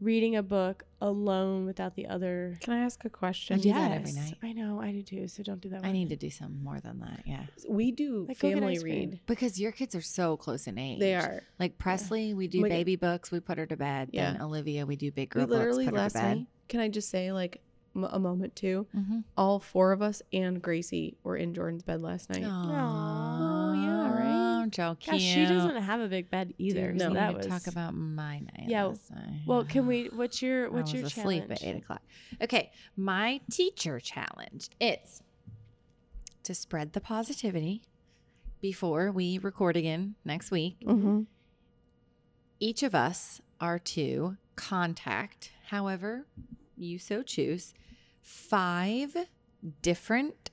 Speaker 3: reading a book alone without the other.
Speaker 2: Can I ask a
Speaker 1: I
Speaker 2: question?
Speaker 1: do that every night.
Speaker 3: I know. I do too. So don't do that.
Speaker 1: I
Speaker 3: one.
Speaker 1: need to do something more than that. Yeah.
Speaker 2: We do
Speaker 3: Like, go get
Speaker 2: family
Speaker 3: ice cream.
Speaker 2: read.
Speaker 1: Because your kids are so close in age.
Speaker 2: They are.
Speaker 1: Like Presley, we do
Speaker 2: We-
Speaker 3: uh,
Speaker 1: baby books. We put her to bed. Then
Speaker 2: Yeah.
Speaker 1: Olivia, we do big
Speaker 2: We
Speaker 1: girl
Speaker 2: literally
Speaker 1: books. Put
Speaker 2: last
Speaker 1: her to bed.
Speaker 2: night. Can I just say like m- a moment too?
Speaker 1: Mhm.
Speaker 2: All
Speaker 3: Oh.
Speaker 2: four of us and Gracie were in Jordan's bed last night.
Speaker 1: Aw,
Speaker 3: yeah,
Speaker 2: right?
Speaker 1: aren't y'all cute?
Speaker 3: Gosh, she doesn't have a big bed either.
Speaker 1: Dude,
Speaker 3: so
Speaker 1: we
Speaker 3: that
Speaker 1: need
Speaker 3: was
Speaker 1: to talk about my night.
Speaker 3: Yeah,
Speaker 1: last night.
Speaker 3: Well, can we? What's your what's
Speaker 1: I was
Speaker 3: your
Speaker 1: asleep
Speaker 3: challenge?
Speaker 1: at eight o'clock. Okay, my teacher challenge is to spread the positivity before we record again next week.
Speaker 2: Mm-hmm.
Speaker 1: Each of us are to contact, however you so choose, five different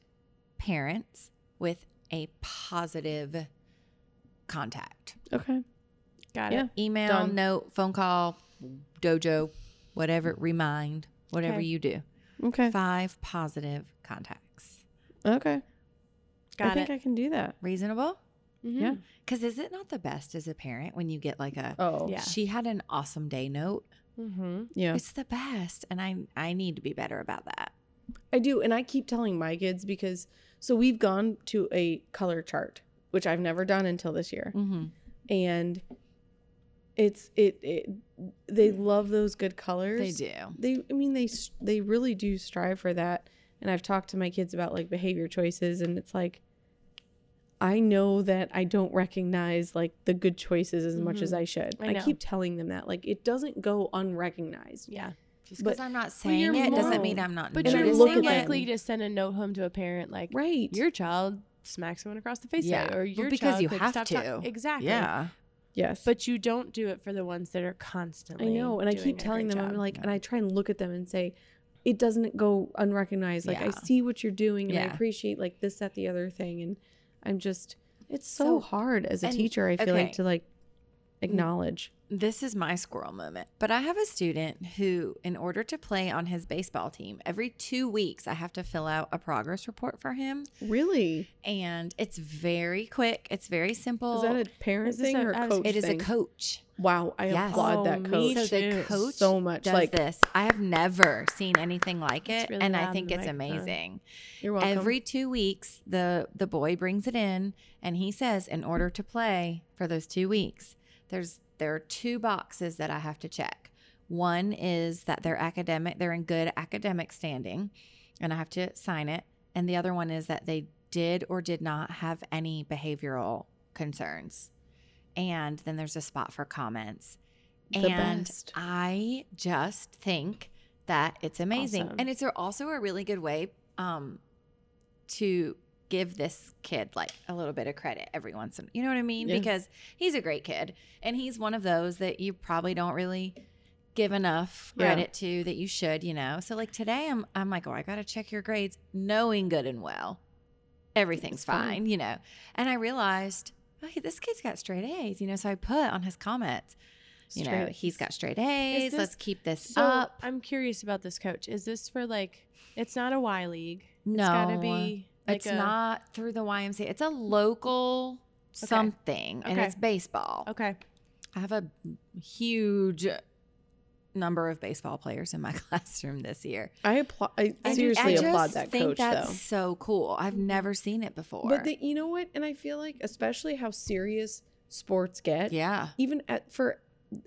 Speaker 1: parents with a positive contact.
Speaker 2: Okay.
Speaker 3: Got
Speaker 2: Yeah.
Speaker 3: it.
Speaker 1: Email,
Speaker 2: Done.
Speaker 1: note, phone call, dojo, whatever, remind, whatever
Speaker 3: Okay.
Speaker 1: you do.
Speaker 2: Okay.
Speaker 1: Five positive contacts.
Speaker 2: Okay. I
Speaker 3: Got
Speaker 2: think
Speaker 3: it.
Speaker 2: I can do that.
Speaker 1: Reasonable? Mm-hmm.
Speaker 2: Yeah.
Speaker 3: Mhm.
Speaker 1: Because is it not the best as a parent when you get like a,
Speaker 2: Oh.
Speaker 3: Yeah.
Speaker 1: she had an awesome day note? Mm-hmm.
Speaker 3: Mhm.
Speaker 2: Yeah.
Speaker 1: It's the best. And I, I need to be better about that.
Speaker 2: I do, and I keep telling my kids because so we've gone to a color chart, which I've never done until this year,
Speaker 1: Mm-hmm.
Speaker 2: and it's it, it they love those good colors.
Speaker 1: They do.
Speaker 2: They, I mean, they s- they really do strive for that. And I've talked to my kids about like behavior choices, and it's like I know that I don't recognize like the good choices as much
Speaker 3: Mhm.
Speaker 2: as I should.
Speaker 3: I
Speaker 2: I,
Speaker 3: know.
Speaker 2: keep telling them that like it doesn't go unrecognized.
Speaker 3: Yeah.
Speaker 1: Just because
Speaker 2: But-
Speaker 1: I'm not
Speaker 3: Well, you're
Speaker 1: saying it doesn't
Speaker 2: moral.
Speaker 1: mean I'm not
Speaker 3: But
Speaker 2: And I
Speaker 3: you're
Speaker 1: noticing
Speaker 2: look
Speaker 3: more
Speaker 2: at them.
Speaker 3: likely to send a note home to a parent like
Speaker 2: Right.
Speaker 3: your child smacks someone across the face
Speaker 1: Yeah.
Speaker 3: today, or
Speaker 1: Well,
Speaker 3: your
Speaker 1: because
Speaker 3: child
Speaker 1: you
Speaker 3: could
Speaker 1: have
Speaker 3: stop talk-
Speaker 1: to.
Speaker 3: exactly.
Speaker 1: Yeah.
Speaker 2: yes.
Speaker 3: But you don't do it for the ones that are constantly.
Speaker 2: I know, and I
Speaker 3: doing
Speaker 2: keep
Speaker 3: a
Speaker 2: telling
Speaker 3: great
Speaker 2: them, I'm
Speaker 3: job.
Speaker 2: like,
Speaker 1: Yeah.
Speaker 2: and I try and look at them and say, it doesn't go unrecognized. Like I
Speaker 1: Yeah.
Speaker 2: see what you're doing, and I
Speaker 1: Yeah.
Speaker 2: appreciate like this, that, the other thing, and I'm just, it's so,
Speaker 1: So-
Speaker 2: hard as a
Speaker 1: and-
Speaker 2: teacher. I feel
Speaker 1: okay.
Speaker 2: like to like acknowledge.
Speaker 1: This is my squirrel moment. But I have a student who, in order to play on his baseball team, every two weeks I have to fill out a progress report for him.
Speaker 2: Really,
Speaker 1: And it's very quick, it's very simple.
Speaker 2: is that a parent
Speaker 3: is this
Speaker 2: thing
Speaker 3: a-
Speaker 2: or
Speaker 3: I
Speaker 2: a
Speaker 3: was-
Speaker 2: coach?
Speaker 1: it is
Speaker 2: thing?
Speaker 1: a coach.
Speaker 2: Wow, I
Speaker 1: Yes.
Speaker 2: applaud
Speaker 3: Oh,
Speaker 2: that
Speaker 3: me
Speaker 2: coach
Speaker 1: So the
Speaker 3: too.
Speaker 1: coach
Speaker 2: so much.
Speaker 1: does
Speaker 2: Like
Speaker 1: this. I have never seen anything like
Speaker 3: It's
Speaker 1: it.
Speaker 3: really
Speaker 1: and
Speaker 3: loud
Speaker 1: I
Speaker 3: in
Speaker 1: think
Speaker 3: the
Speaker 1: it's
Speaker 3: microphone.
Speaker 1: amazing.
Speaker 2: you're welcome.
Speaker 1: Every two weeks, the the boy brings it in, and he says, in order to play for those two weeks, there's there are two boxes that I have to check. One is that they're academic, they're in good academic standing, and I have to sign it. And the other one is that they did or did not have any behavioral concerns. And then there's a spot for comments.
Speaker 2: The
Speaker 1: and
Speaker 2: best.
Speaker 1: I just think that it's amazing.
Speaker 3: Awesome.
Speaker 1: And it's a- also a really good way um, to give this kid like a little bit of credit every once in you know what I mean?
Speaker 2: Yeah.
Speaker 1: Because he's a great kid and he's one of those that you probably don't really give enough
Speaker 2: Yeah.
Speaker 1: credit to that you should, you know. So like today I'm I'm like, oh, I gotta check your grades, knowing good and well. Everything's
Speaker 2: It's fine.
Speaker 1: fine, you know. And I realized, oh, hey, this kid's got straight A's, you know. So I put on his comments, you know,
Speaker 2: Straight
Speaker 1: he's got straight A's.
Speaker 3: this-
Speaker 1: Let's keep this
Speaker 3: So
Speaker 1: up.
Speaker 3: I'm curious about this coach. Is this for like? It's not a Y league.
Speaker 1: No,
Speaker 3: It's gotta be. Like
Speaker 1: it's
Speaker 3: a,
Speaker 1: not through the YMCA. It's a local something, and
Speaker 3: Okay.
Speaker 1: it's baseball.
Speaker 3: Okay.
Speaker 1: I have a huge number of baseball players in my classroom this year.
Speaker 2: I applaud. I
Speaker 1: And
Speaker 2: seriously
Speaker 1: I
Speaker 2: applaud
Speaker 1: just
Speaker 2: that
Speaker 1: think
Speaker 2: coach
Speaker 1: that's
Speaker 2: though.
Speaker 1: so cool. I've never seen it before.
Speaker 2: But the, you know what? And I feel like especially how serious sports get.
Speaker 1: yeah.
Speaker 2: even at for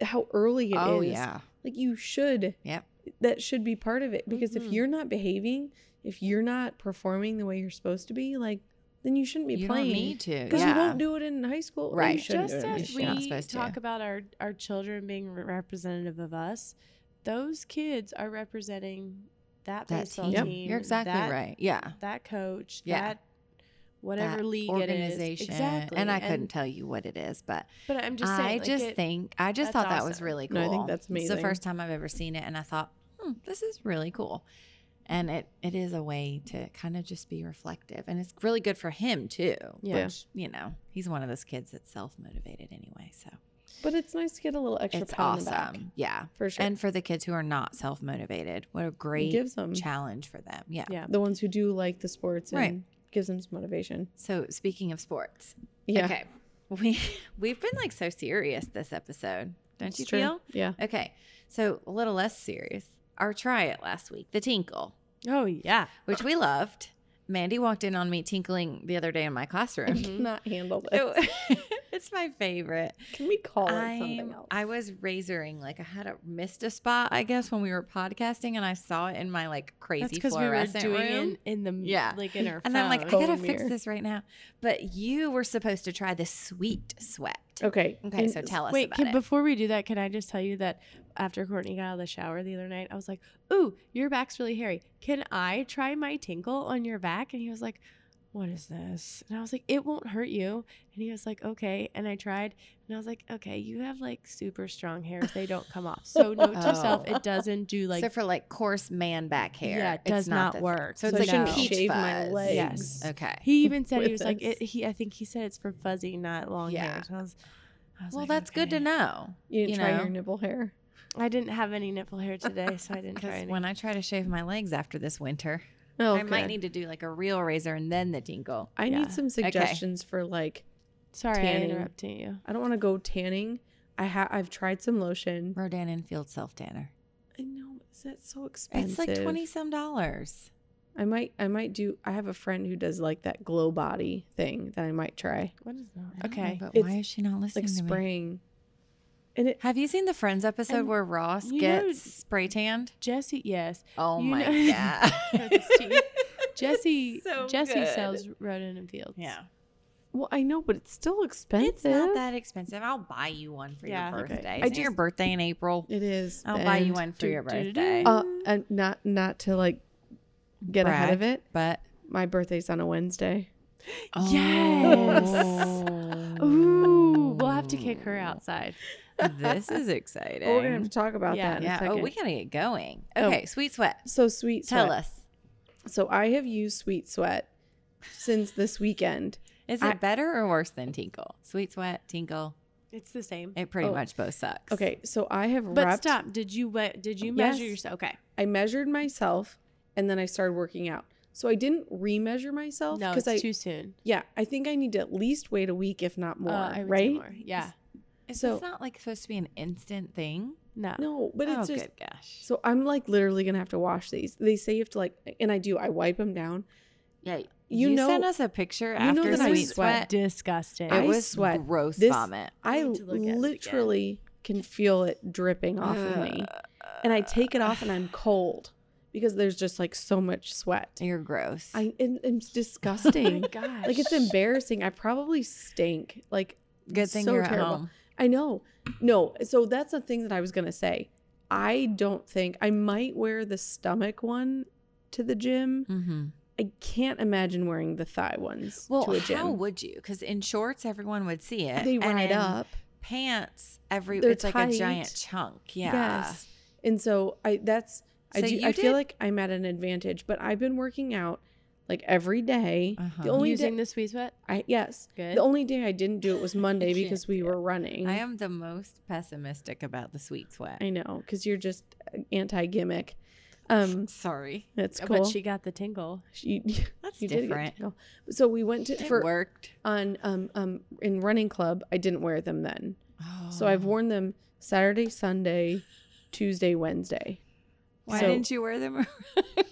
Speaker 2: how early it is,
Speaker 1: Oh yeah.
Speaker 2: Like you should.
Speaker 1: Yep. Mm-hmm.
Speaker 2: That should be part of it because
Speaker 3: Mhm.
Speaker 2: if you're not behaving, if you're not performing the way you're supposed to be, like then you shouldn't be
Speaker 1: You
Speaker 2: playing.
Speaker 1: don't need to.
Speaker 2: because
Speaker 1: yeah.
Speaker 2: you won't do it in high school. or you
Speaker 1: Right.
Speaker 2: shouldn't do
Speaker 3: Just
Speaker 2: it in high
Speaker 3: as
Speaker 2: school.
Speaker 1: You're not
Speaker 3: we
Speaker 1: supposed to.
Speaker 3: talk about our our children being re- representative of us, those kids are representing that,
Speaker 1: that
Speaker 3: baseball
Speaker 1: team.
Speaker 2: Yep.
Speaker 3: team.
Speaker 1: You're exactly
Speaker 3: that-
Speaker 1: right. Yeah.
Speaker 3: That coach.
Speaker 1: Yeah.
Speaker 3: That whatever
Speaker 1: That
Speaker 3: league it is.
Speaker 1: organization.
Speaker 3: Exactly.
Speaker 1: And I couldn't tell you what it is, but
Speaker 3: But I'm just saying.
Speaker 1: I
Speaker 3: like,
Speaker 1: just
Speaker 3: it-
Speaker 1: think I just
Speaker 3: that's
Speaker 1: thought that was
Speaker 3: awesome.
Speaker 1: really cool.
Speaker 2: No, I think that's
Speaker 1: It's
Speaker 2: amazing.
Speaker 1: the first time I've ever seen it, and I thought, hmm, this is really cool. And it it is a way to kind of just be reflective, and it's really good for him too.
Speaker 3: Yeah.
Speaker 1: which, you know, he's one of those kids that's self motivated anyway, so
Speaker 2: But it's nice to get a little extra
Speaker 1: it's
Speaker 2: pat on the back
Speaker 1: awesome. Yeah,
Speaker 2: for sure.
Speaker 1: and for the kids who are not self motivated, what a
Speaker 2: it
Speaker 1: great
Speaker 2: gives them
Speaker 1: challenge for them. Yeah.
Speaker 3: Yeah.
Speaker 2: the ones who do like the sports and
Speaker 1: Right.
Speaker 2: gives them some motivation.
Speaker 1: So speaking of sports,
Speaker 2: Yeah,
Speaker 1: okay, we we've been like so serious this episode, don't
Speaker 2: it's
Speaker 1: you
Speaker 2: true.
Speaker 1: feel?
Speaker 2: Yeah,
Speaker 1: Okay, so a little less serious. Our try it last week, the tinkle,
Speaker 3: Oh yeah.
Speaker 1: which we loved.
Speaker 2: Mm-hmm.
Speaker 1: Mandy walked in on me tinkling the other day in my classroom.
Speaker 3: Mhm.
Speaker 2: not handle
Speaker 1: So-
Speaker 2: it.
Speaker 1: it's It's my favorite.
Speaker 2: Can we Oh. call it
Speaker 1: I
Speaker 2: something else?
Speaker 1: I was razoring. Like I had a missed a spot, I guess, when we were podcasting, and I saw it in my like
Speaker 3: That's
Speaker 1: crazy
Speaker 3: because we were
Speaker 1: fluorescent
Speaker 3: doing
Speaker 1: room.
Speaker 3: it in the yeah.
Speaker 1: Yeah.
Speaker 3: like in our
Speaker 1: and I'm like, I
Speaker 3: phone.
Speaker 1: gotta
Speaker 2: Phone
Speaker 1: fix
Speaker 2: mirror.
Speaker 1: this right now. But you were supposed to try this sweet sweat.
Speaker 2: okay.
Speaker 1: Okay,
Speaker 2: And
Speaker 1: so tell us
Speaker 3: Wait,
Speaker 1: about
Speaker 3: can,
Speaker 1: it.
Speaker 3: before we do that, can I just tell you that after Courtney got out of the shower the other night, I was like, "Ooh, your back's really hairy. Can I try my tinkle on your back?" And he was like, "What is this?" And I was like, "It won't hurt you." And he was like, "Okay." And I tried, and I was like, "Okay, you have like super strong hairs. They don't come off. So note to self,
Speaker 1: Oh.
Speaker 3: it doesn't do like
Speaker 1: so for like coarse man back hair,
Speaker 3: Yeah, it
Speaker 1: it's
Speaker 3: does not
Speaker 1: the thing.
Speaker 3: work.
Speaker 1: So it's
Speaker 3: So
Speaker 1: like
Speaker 3: no.
Speaker 1: a peach
Speaker 2: Shave my
Speaker 1: fuzz.
Speaker 2: legs.
Speaker 3: Yes.
Speaker 1: Okay.
Speaker 3: He even said he
Speaker 2: with
Speaker 3: was like
Speaker 2: this.
Speaker 3: it, he. I think he said it's for fuzzy, not long
Speaker 1: Yeah.
Speaker 3: hair. So I was, I was
Speaker 1: well,
Speaker 3: like,
Speaker 1: that's good to
Speaker 3: "Okay."
Speaker 1: know.
Speaker 2: You didn't
Speaker 1: you
Speaker 2: try
Speaker 1: know.
Speaker 2: your nipple hair.
Speaker 3: I didn't have any nipple hair today, so I didn't try
Speaker 1: Because
Speaker 3: any.
Speaker 1: when I try to shave my legs after this winter,
Speaker 2: Oh,
Speaker 1: I might
Speaker 2: good.
Speaker 1: need to do like a real razor and then the tinkle.
Speaker 2: I
Speaker 3: yeah.
Speaker 2: need some suggestions for like.
Speaker 3: Sorry,
Speaker 2: tanning.
Speaker 3: I interrupted you.
Speaker 2: I don't want to go tanning. I ha- I've tried some lotion.
Speaker 1: Rodan and Field self tanner.
Speaker 2: I know. Is that so expensive?
Speaker 1: It's like twenty some dollars.
Speaker 2: I might. I might do. I have a friend who does like that glow body thing that I might try.
Speaker 3: What is
Speaker 1: I
Speaker 3: that?
Speaker 1: don't know,
Speaker 3: Okay.
Speaker 1: but why
Speaker 2: It's
Speaker 1: is she not
Speaker 2: It's like
Speaker 1: listening to me?
Speaker 2: spraying. And it.
Speaker 1: Have you seen the Friends episode
Speaker 3: And
Speaker 1: where Ross
Speaker 3: you know-
Speaker 1: gets spray tanned?
Speaker 3: Jesse, yes.
Speaker 1: Oh
Speaker 3: you
Speaker 1: my
Speaker 3: know-
Speaker 1: god!
Speaker 3: It's cheap. Jesse
Speaker 1: So
Speaker 3: Jesse
Speaker 1: good.
Speaker 3: sells Roden and Fields.
Speaker 1: Yeah,
Speaker 2: Well, I know, but it's still expensive.
Speaker 1: it's not that expensive. I'll buy you one for
Speaker 3: Yeah.
Speaker 1: your
Speaker 2: Okay.
Speaker 1: birthday.
Speaker 2: I
Speaker 1: Isn't your
Speaker 2: just-
Speaker 1: birthday in April?
Speaker 2: It is.
Speaker 1: I'll buy you
Speaker 2: and-
Speaker 1: one for
Speaker 3: Do-
Speaker 1: your
Speaker 3: do- do- do.
Speaker 1: birthday.
Speaker 2: Uh, and not not to like get ahead of it.
Speaker 1: But
Speaker 2: My birthday's on a Wednesday.
Speaker 3: Yes.
Speaker 1: Oh.
Speaker 3: Ooh, we'll have to kick her outside.
Speaker 1: This is exciting.
Speaker 2: Oh, we're gonna have to talk about
Speaker 3: Yeah.
Speaker 2: that in a
Speaker 1: yeah.
Speaker 2: second.
Speaker 1: Oh, we gotta get going.
Speaker 2: Oh.
Speaker 1: Okay, sweet sweat.
Speaker 2: so sweet.
Speaker 1: Tell
Speaker 2: sweat.
Speaker 1: us.
Speaker 2: So I have used sweet sweat since this weekend.
Speaker 1: Is it
Speaker 2: I-
Speaker 1: better or worse than Tinkle? Sweet sweat, Tinkle.
Speaker 3: It's the same.
Speaker 1: It pretty
Speaker 2: Oh.
Speaker 1: much both sucks.
Speaker 2: Okay, so I have
Speaker 3: But
Speaker 2: repped.
Speaker 3: stop. Did you we- did you
Speaker 2: Yes.
Speaker 3: measure yourself? Okay.
Speaker 2: I measured myself, and then I started working out. So I didn't remeasure myself
Speaker 3: No,
Speaker 2: because I
Speaker 3: it's too soon.
Speaker 2: yeah I think I need to at least wait a week if not more
Speaker 3: Uh, I would say
Speaker 2: right
Speaker 3: more. Yeah.
Speaker 1: Is
Speaker 2: so-
Speaker 1: this not like supposed to be an instant thing?
Speaker 3: No.
Speaker 2: no but
Speaker 1: oh,
Speaker 2: it's just
Speaker 1: good gosh.
Speaker 2: so I'm like literally gonna have to wash these they say you have to like and I do I wipe them down
Speaker 1: yeah, you,
Speaker 2: you know-
Speaker 1: sent us a picture
Speaker 2: you know
Speaker 1: after
Speaker 2: that I
Speaker 1: sweet
Speaker 2: sweat.
Speaker 1: sweat.
Speaker 3: Disgusting.
Speaker 2: I
Speaker 1: it was
Speaker 2: sweat.
Speaker 1: gross
Speaker 2: This-
Speaker 1: vomit.
Speaker 2: I
Speaker 3: need to look at it again.
Speaker 2: literally can feel it dripping off of me and I take it off and I'm cold because there's just like so much sweat
Speaker 1: You're gross.
Speaker 2: I it, it's
Speaker 3: oh my
Speaker 2: disgusting
Speaker 3: gosh.
Speaker 2: like it's embarrassing I probably stink like
Speaker 1: good thing
Speaker 2: so
Speaker 1: you're
Speaker 2: terrible.
Speaker 1: at home.
Speaker 2: I know. No, so that's the thing that I was going to say. I don't think I might wear the stomach one to the gym.
Speaker 1: Mm-hmm.
Speaker 2: I can't imagine wearing the thigh ones
Speaker 1: Well,
Speaker 2: to a
Speaker 1: how
Speaker 2: gym.
Speaker 1: would you? Because in shorts, everyone would see it.
Speaker 2: they
Speaker 1: and
Speaker 2: ride
Speaker 1: in
Speaker 2: up.
Speaker 1: Pants, every
Speaker 2: They're
Speaker 1: it's like a giant
Speaker 2: tight.
Speaker 1: chunk. Yeah.
Speaker 2: Yes. And so I that's I
Speaker 1: So
Speaker 2: do
Speaker 1: you
Speaker 2: I feel
Speaker 1: did-
Speaker 2: like I'm at an advantage, but I've been working out like every day.
Speaker 1: Uh-huh.
Speaker 2: The only
Speaker 3: using
Speaker 2: day
Speaker 3: the sweet sweat.
Speaker 2: I yes.
Speaker 3: Good.
Speaker 2: The only day I didn't do it was Monday
Speaker 3: I can't
Speaker 2: because we
Speaker 3: do it.
Speaker 2: were running.
Speaker 1: I am the most pessimistic about the sweet sweat.
Speaker 2: I know cuz you're just anti gimmick. Um
Speaker 1: Sorry,
Speaker 2: that's
Speaker 3: Oh,
Speaker 2: cool.
Speaker 3: But she got the tingle.
Speaker 2: she
Speaker 1: that's
Speaker 2: You
Speaker 1: different.
Speaker 2: did get to go. So we went to
Speaker 1: It
Speaker 2: for
Speaker 1: worked.
Speaker 2: on um um in running club. I didn't wear them then, so I've
Speaker 1: Oh.
Speaker 2: worn them Saturday, Sunday, Tuesday, Wednesday.
Speaker 1: Why
Speaker 2: so-
Speaker 1: didn't you wear them?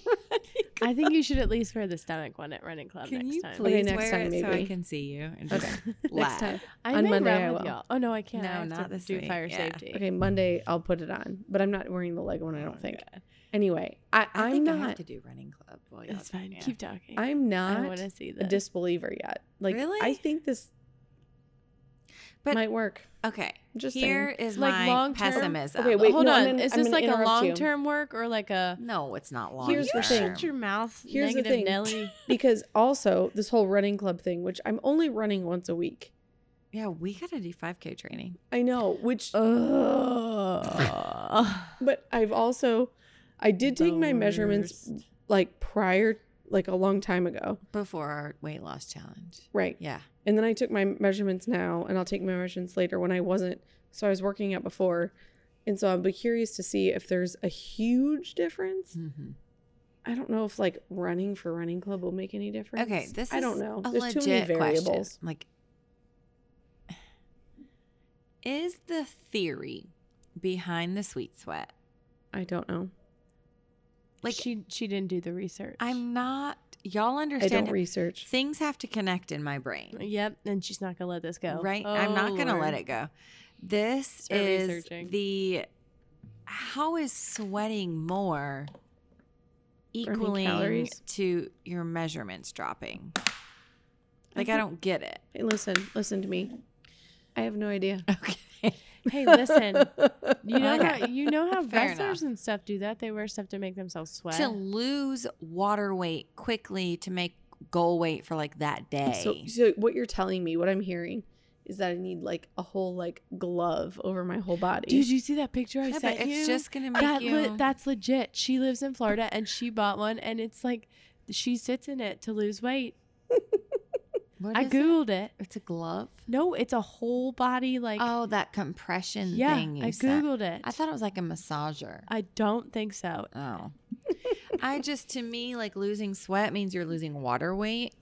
Speaker 3: I think you should at least wear the stomach one at running club
Speaker 1: can
Speaker 3: next
Speaker 1: you
Speaker 3: time.
Speaker 1: please
Speaker 2: next
Speaker 1: wear
Speaker 2: time,
Speaker 1: it so I
Speaker 2: maybe.
Speaker 1: can see you? And
Speaker 2: Okay,
Speaker 1: just
Speaker 2: next
Speaker 1: laugh.
Speaker 2: time
Speaker 3: I
Speaker 2: On
Speaker 3: may
Speaker 2: Monday
Speaker 3: run
Speaker 2: I
Speaker 3: with
Speaker 2: will.
Speaker 3: y'all. Oh no, I can't. I
Speaker 1: No,
Speaker 3: have to
Speaker 1: not this
Speaker 3: do
Speaker 1: week.
Speaker 3: fire
Speaker 1: Yeah.
Speaker 3: safety.
Speaker 2: Okay, Monday I'll put it on, but I'm not wearing the leg one. I don't think.
Speaker 3: Okay.
Speaker 2: Anyway, I,
Speaker 1: Oh I
Speaker 2: I'm
Speaker 1: think I have
Speaker 2: not.
Speaker 1: to do running club. While y'all
Speaker 3: That's fine.
Speaker 1: yeah.
Speaker 3: Keep talking.
Speaker 2: I'm
Speaker 3: I
Speaker 2: not
Speaker 3: want to see
Speaker 2: a
Speaker 3: this.
Speaker 2: disbeliever yet. Like I
Speaker 1: Really?
Speaker 2: think this
Speaker 1: But-
Speaker 2: might work.
Speaker 1: Okay.
Speaker 2: Just
Speaker 1: Here is
Speaker 3: Like
Speaker 1: my
Speaker 3: long-term-
Speaker 1: pessimism. Oh,
Speaker 2: Okay, wait,
Speaker 3: Hold
Speaker 2: no,
Speaker 3: on.
Speaker 2: I'm gonna-
Speaker 3: Is
Speaker 2: I'm
Speaker 3: this
Speaker 2: gonna
Speaker 3: like a
Speaker 2: interrupt you.
Speaker 3: long term work or like a?
Speaker 1: No, it's not long.
Speaker 2: Here's the
Speaker 3: you
Speaker 2: thing.
Speaker 3: shut your mouth.
Speaker 2: Here's the
Speaker 3: negative
Speaker 2: thing.
Speaker 3: Nelly.
Speaker 2: because also this whole running club thing, which I'm only running once a week.
Speaker 1: Yeah, we gotta do 5K training.
Speaker 2: I know, which
Speaker 3: Ugh.
Speaker 2: But I've also, I did take my
Speaker 3: The
Speaker 2: measurements
Speaker 3: worst.
Speaker 2: like prior, like a long time ago.
Speaker 1: before our weight loss challenge.
Speaker 2: Right.
Speaker 1: Yeah.
Speaker 2: And then I took my measurements now and I'll take my measurements later when I wasn't. So I was working out before. And so I'll be curious to see if there's a huge difference.
Speaker 1: Mhm.
Speaker 2: I don't know if like running for running club will make any difference.
Speaker 1: Okay, this is
Speaker 2: I don't know.
Speaker 1: A
Speaker 2: There's
Speaker 1: legit
Speaker 2: too many variables.
Speaker 1: Question. Like is the theory behind the sweet sweat?
Speaker 2: I don't know.
Speaker 1: Like
Speaker 3: she she didn't do the research.
Speaker 1: I'm not y'all
Speaker 2: I don't
Speaker 1: understand
Speaker 2: research.
Speaker 1: things have to connect in my brain.
Speaker 3: Yep, and she's not gonna let this go.
Speaker 1: Right? I'm not going to
Speaker 3: Oh, Lord.
Speaker 1: let it go. This
Speaker 3: Start
Speaker 1: is
Speaker 3: researching.
Speaker 1: the how is sweating more equaling
Speaker 2: calories?
Speaker 1: to your measurements dropping? Like I
Speaker 2: think-
Speaker 1: don't get it.
Speaker 2: Hey, listen, listen to me. I have no idea.
Speaker 1: Okay.
Speaker 3: Hey, listen. You know
Speaker 1: Okay.
Speaker 3: how you know how
Speaker 1: Fair
Speaker 3: wrestlers and stuff do that. They wear stuff to make themselves sweat.
Speaker 1: to lose water weight quickly to make goal weight for like that day.
Speaker 2: So, so what you're telling me, what I'm hearing, is that I need like a whole like glove over my whole body.
Speaker 3: Dude, you see that picture I
Speaker 1: yeah, but
Speaker 3: sent
Speaker 1: it's
Speaker 3: you?
Speaker 1: just gonna make
Speaker 3: that
Speaker 1: you.
Speaker 3: le- that's legit. She lives in Florida and she bought one, and it's like she sits in it to lose weight.
Speaker 1: What
Speaker 3: I
Speaker 1: is it?
Speaker 3: googled it?
Speaker 1: It's a glove.
Speaker 3: No, it's a whole body like.
Speaker 1: oh, that compression
Speaker 3: yeah,
Speaker 1: thing. You
Speaker 3: I
Speaker 1: sent.
Speaker 3: googled it.
Speaker 1: I thought it was like a massager.
Speaker 3: I don't think so.
Speaker 1: Oh. I just to me like losing sweat means you're losing water weight,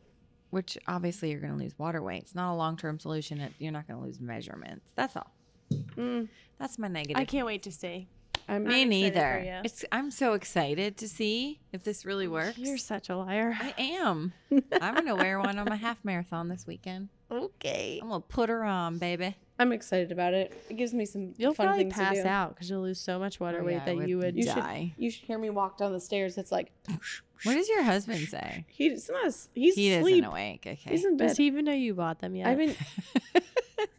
Speaker 1: which obviously you're going to lose water weight. It's not a long-term solution. It, you're not going to lose measurements. That's all.
Speaker 2: Mm,
Speaker 1: That's my negative.
Speaker 3: I can't wait to see.
Speaker 2: I'm,
Speaker 1: Me
Speaker 3: I'm excited for
Speaker 1: neither.
Speaker 3: you.
Speaker 1: It's I'm so excited to see if this really works.
Speaker 3: You're such a liar.
Speaker 1: I am. I'm going to wear one on my half marathon this weekend.
Speaker 3: Okay.
Speaker 1: I'm going to put her on, baby.
Speaker 2: I'm excited about it. It gives me some
Speaker 3: You'll
Speaker 2: fun
Speaker 3: probably
Speaker 2: things
Speaker 3: pass
Speaker 2: to do.
Speaker 3: out because you'll lose so much water
Speaker 1: Oh,
Speaker 3: weight
Speaker 1: yeah, I
Speaker 3: that
Speaker 1: would
Speaker 3: you would.
Speaker 2: You
Speaker 1: Die.
Speaker 2: should you should hear me walk down the stairs. It's like
Speaker 1: What does your husband say?
Speaker 2: he's not as- he's
Speaker 1: He
Speaker 2: asleep.
Speaker 1: isn't awake. Okay.
Speaker 2: He's in bed.
Speaker 3: Does he even know you bought them yet?
Speaker 2: I've been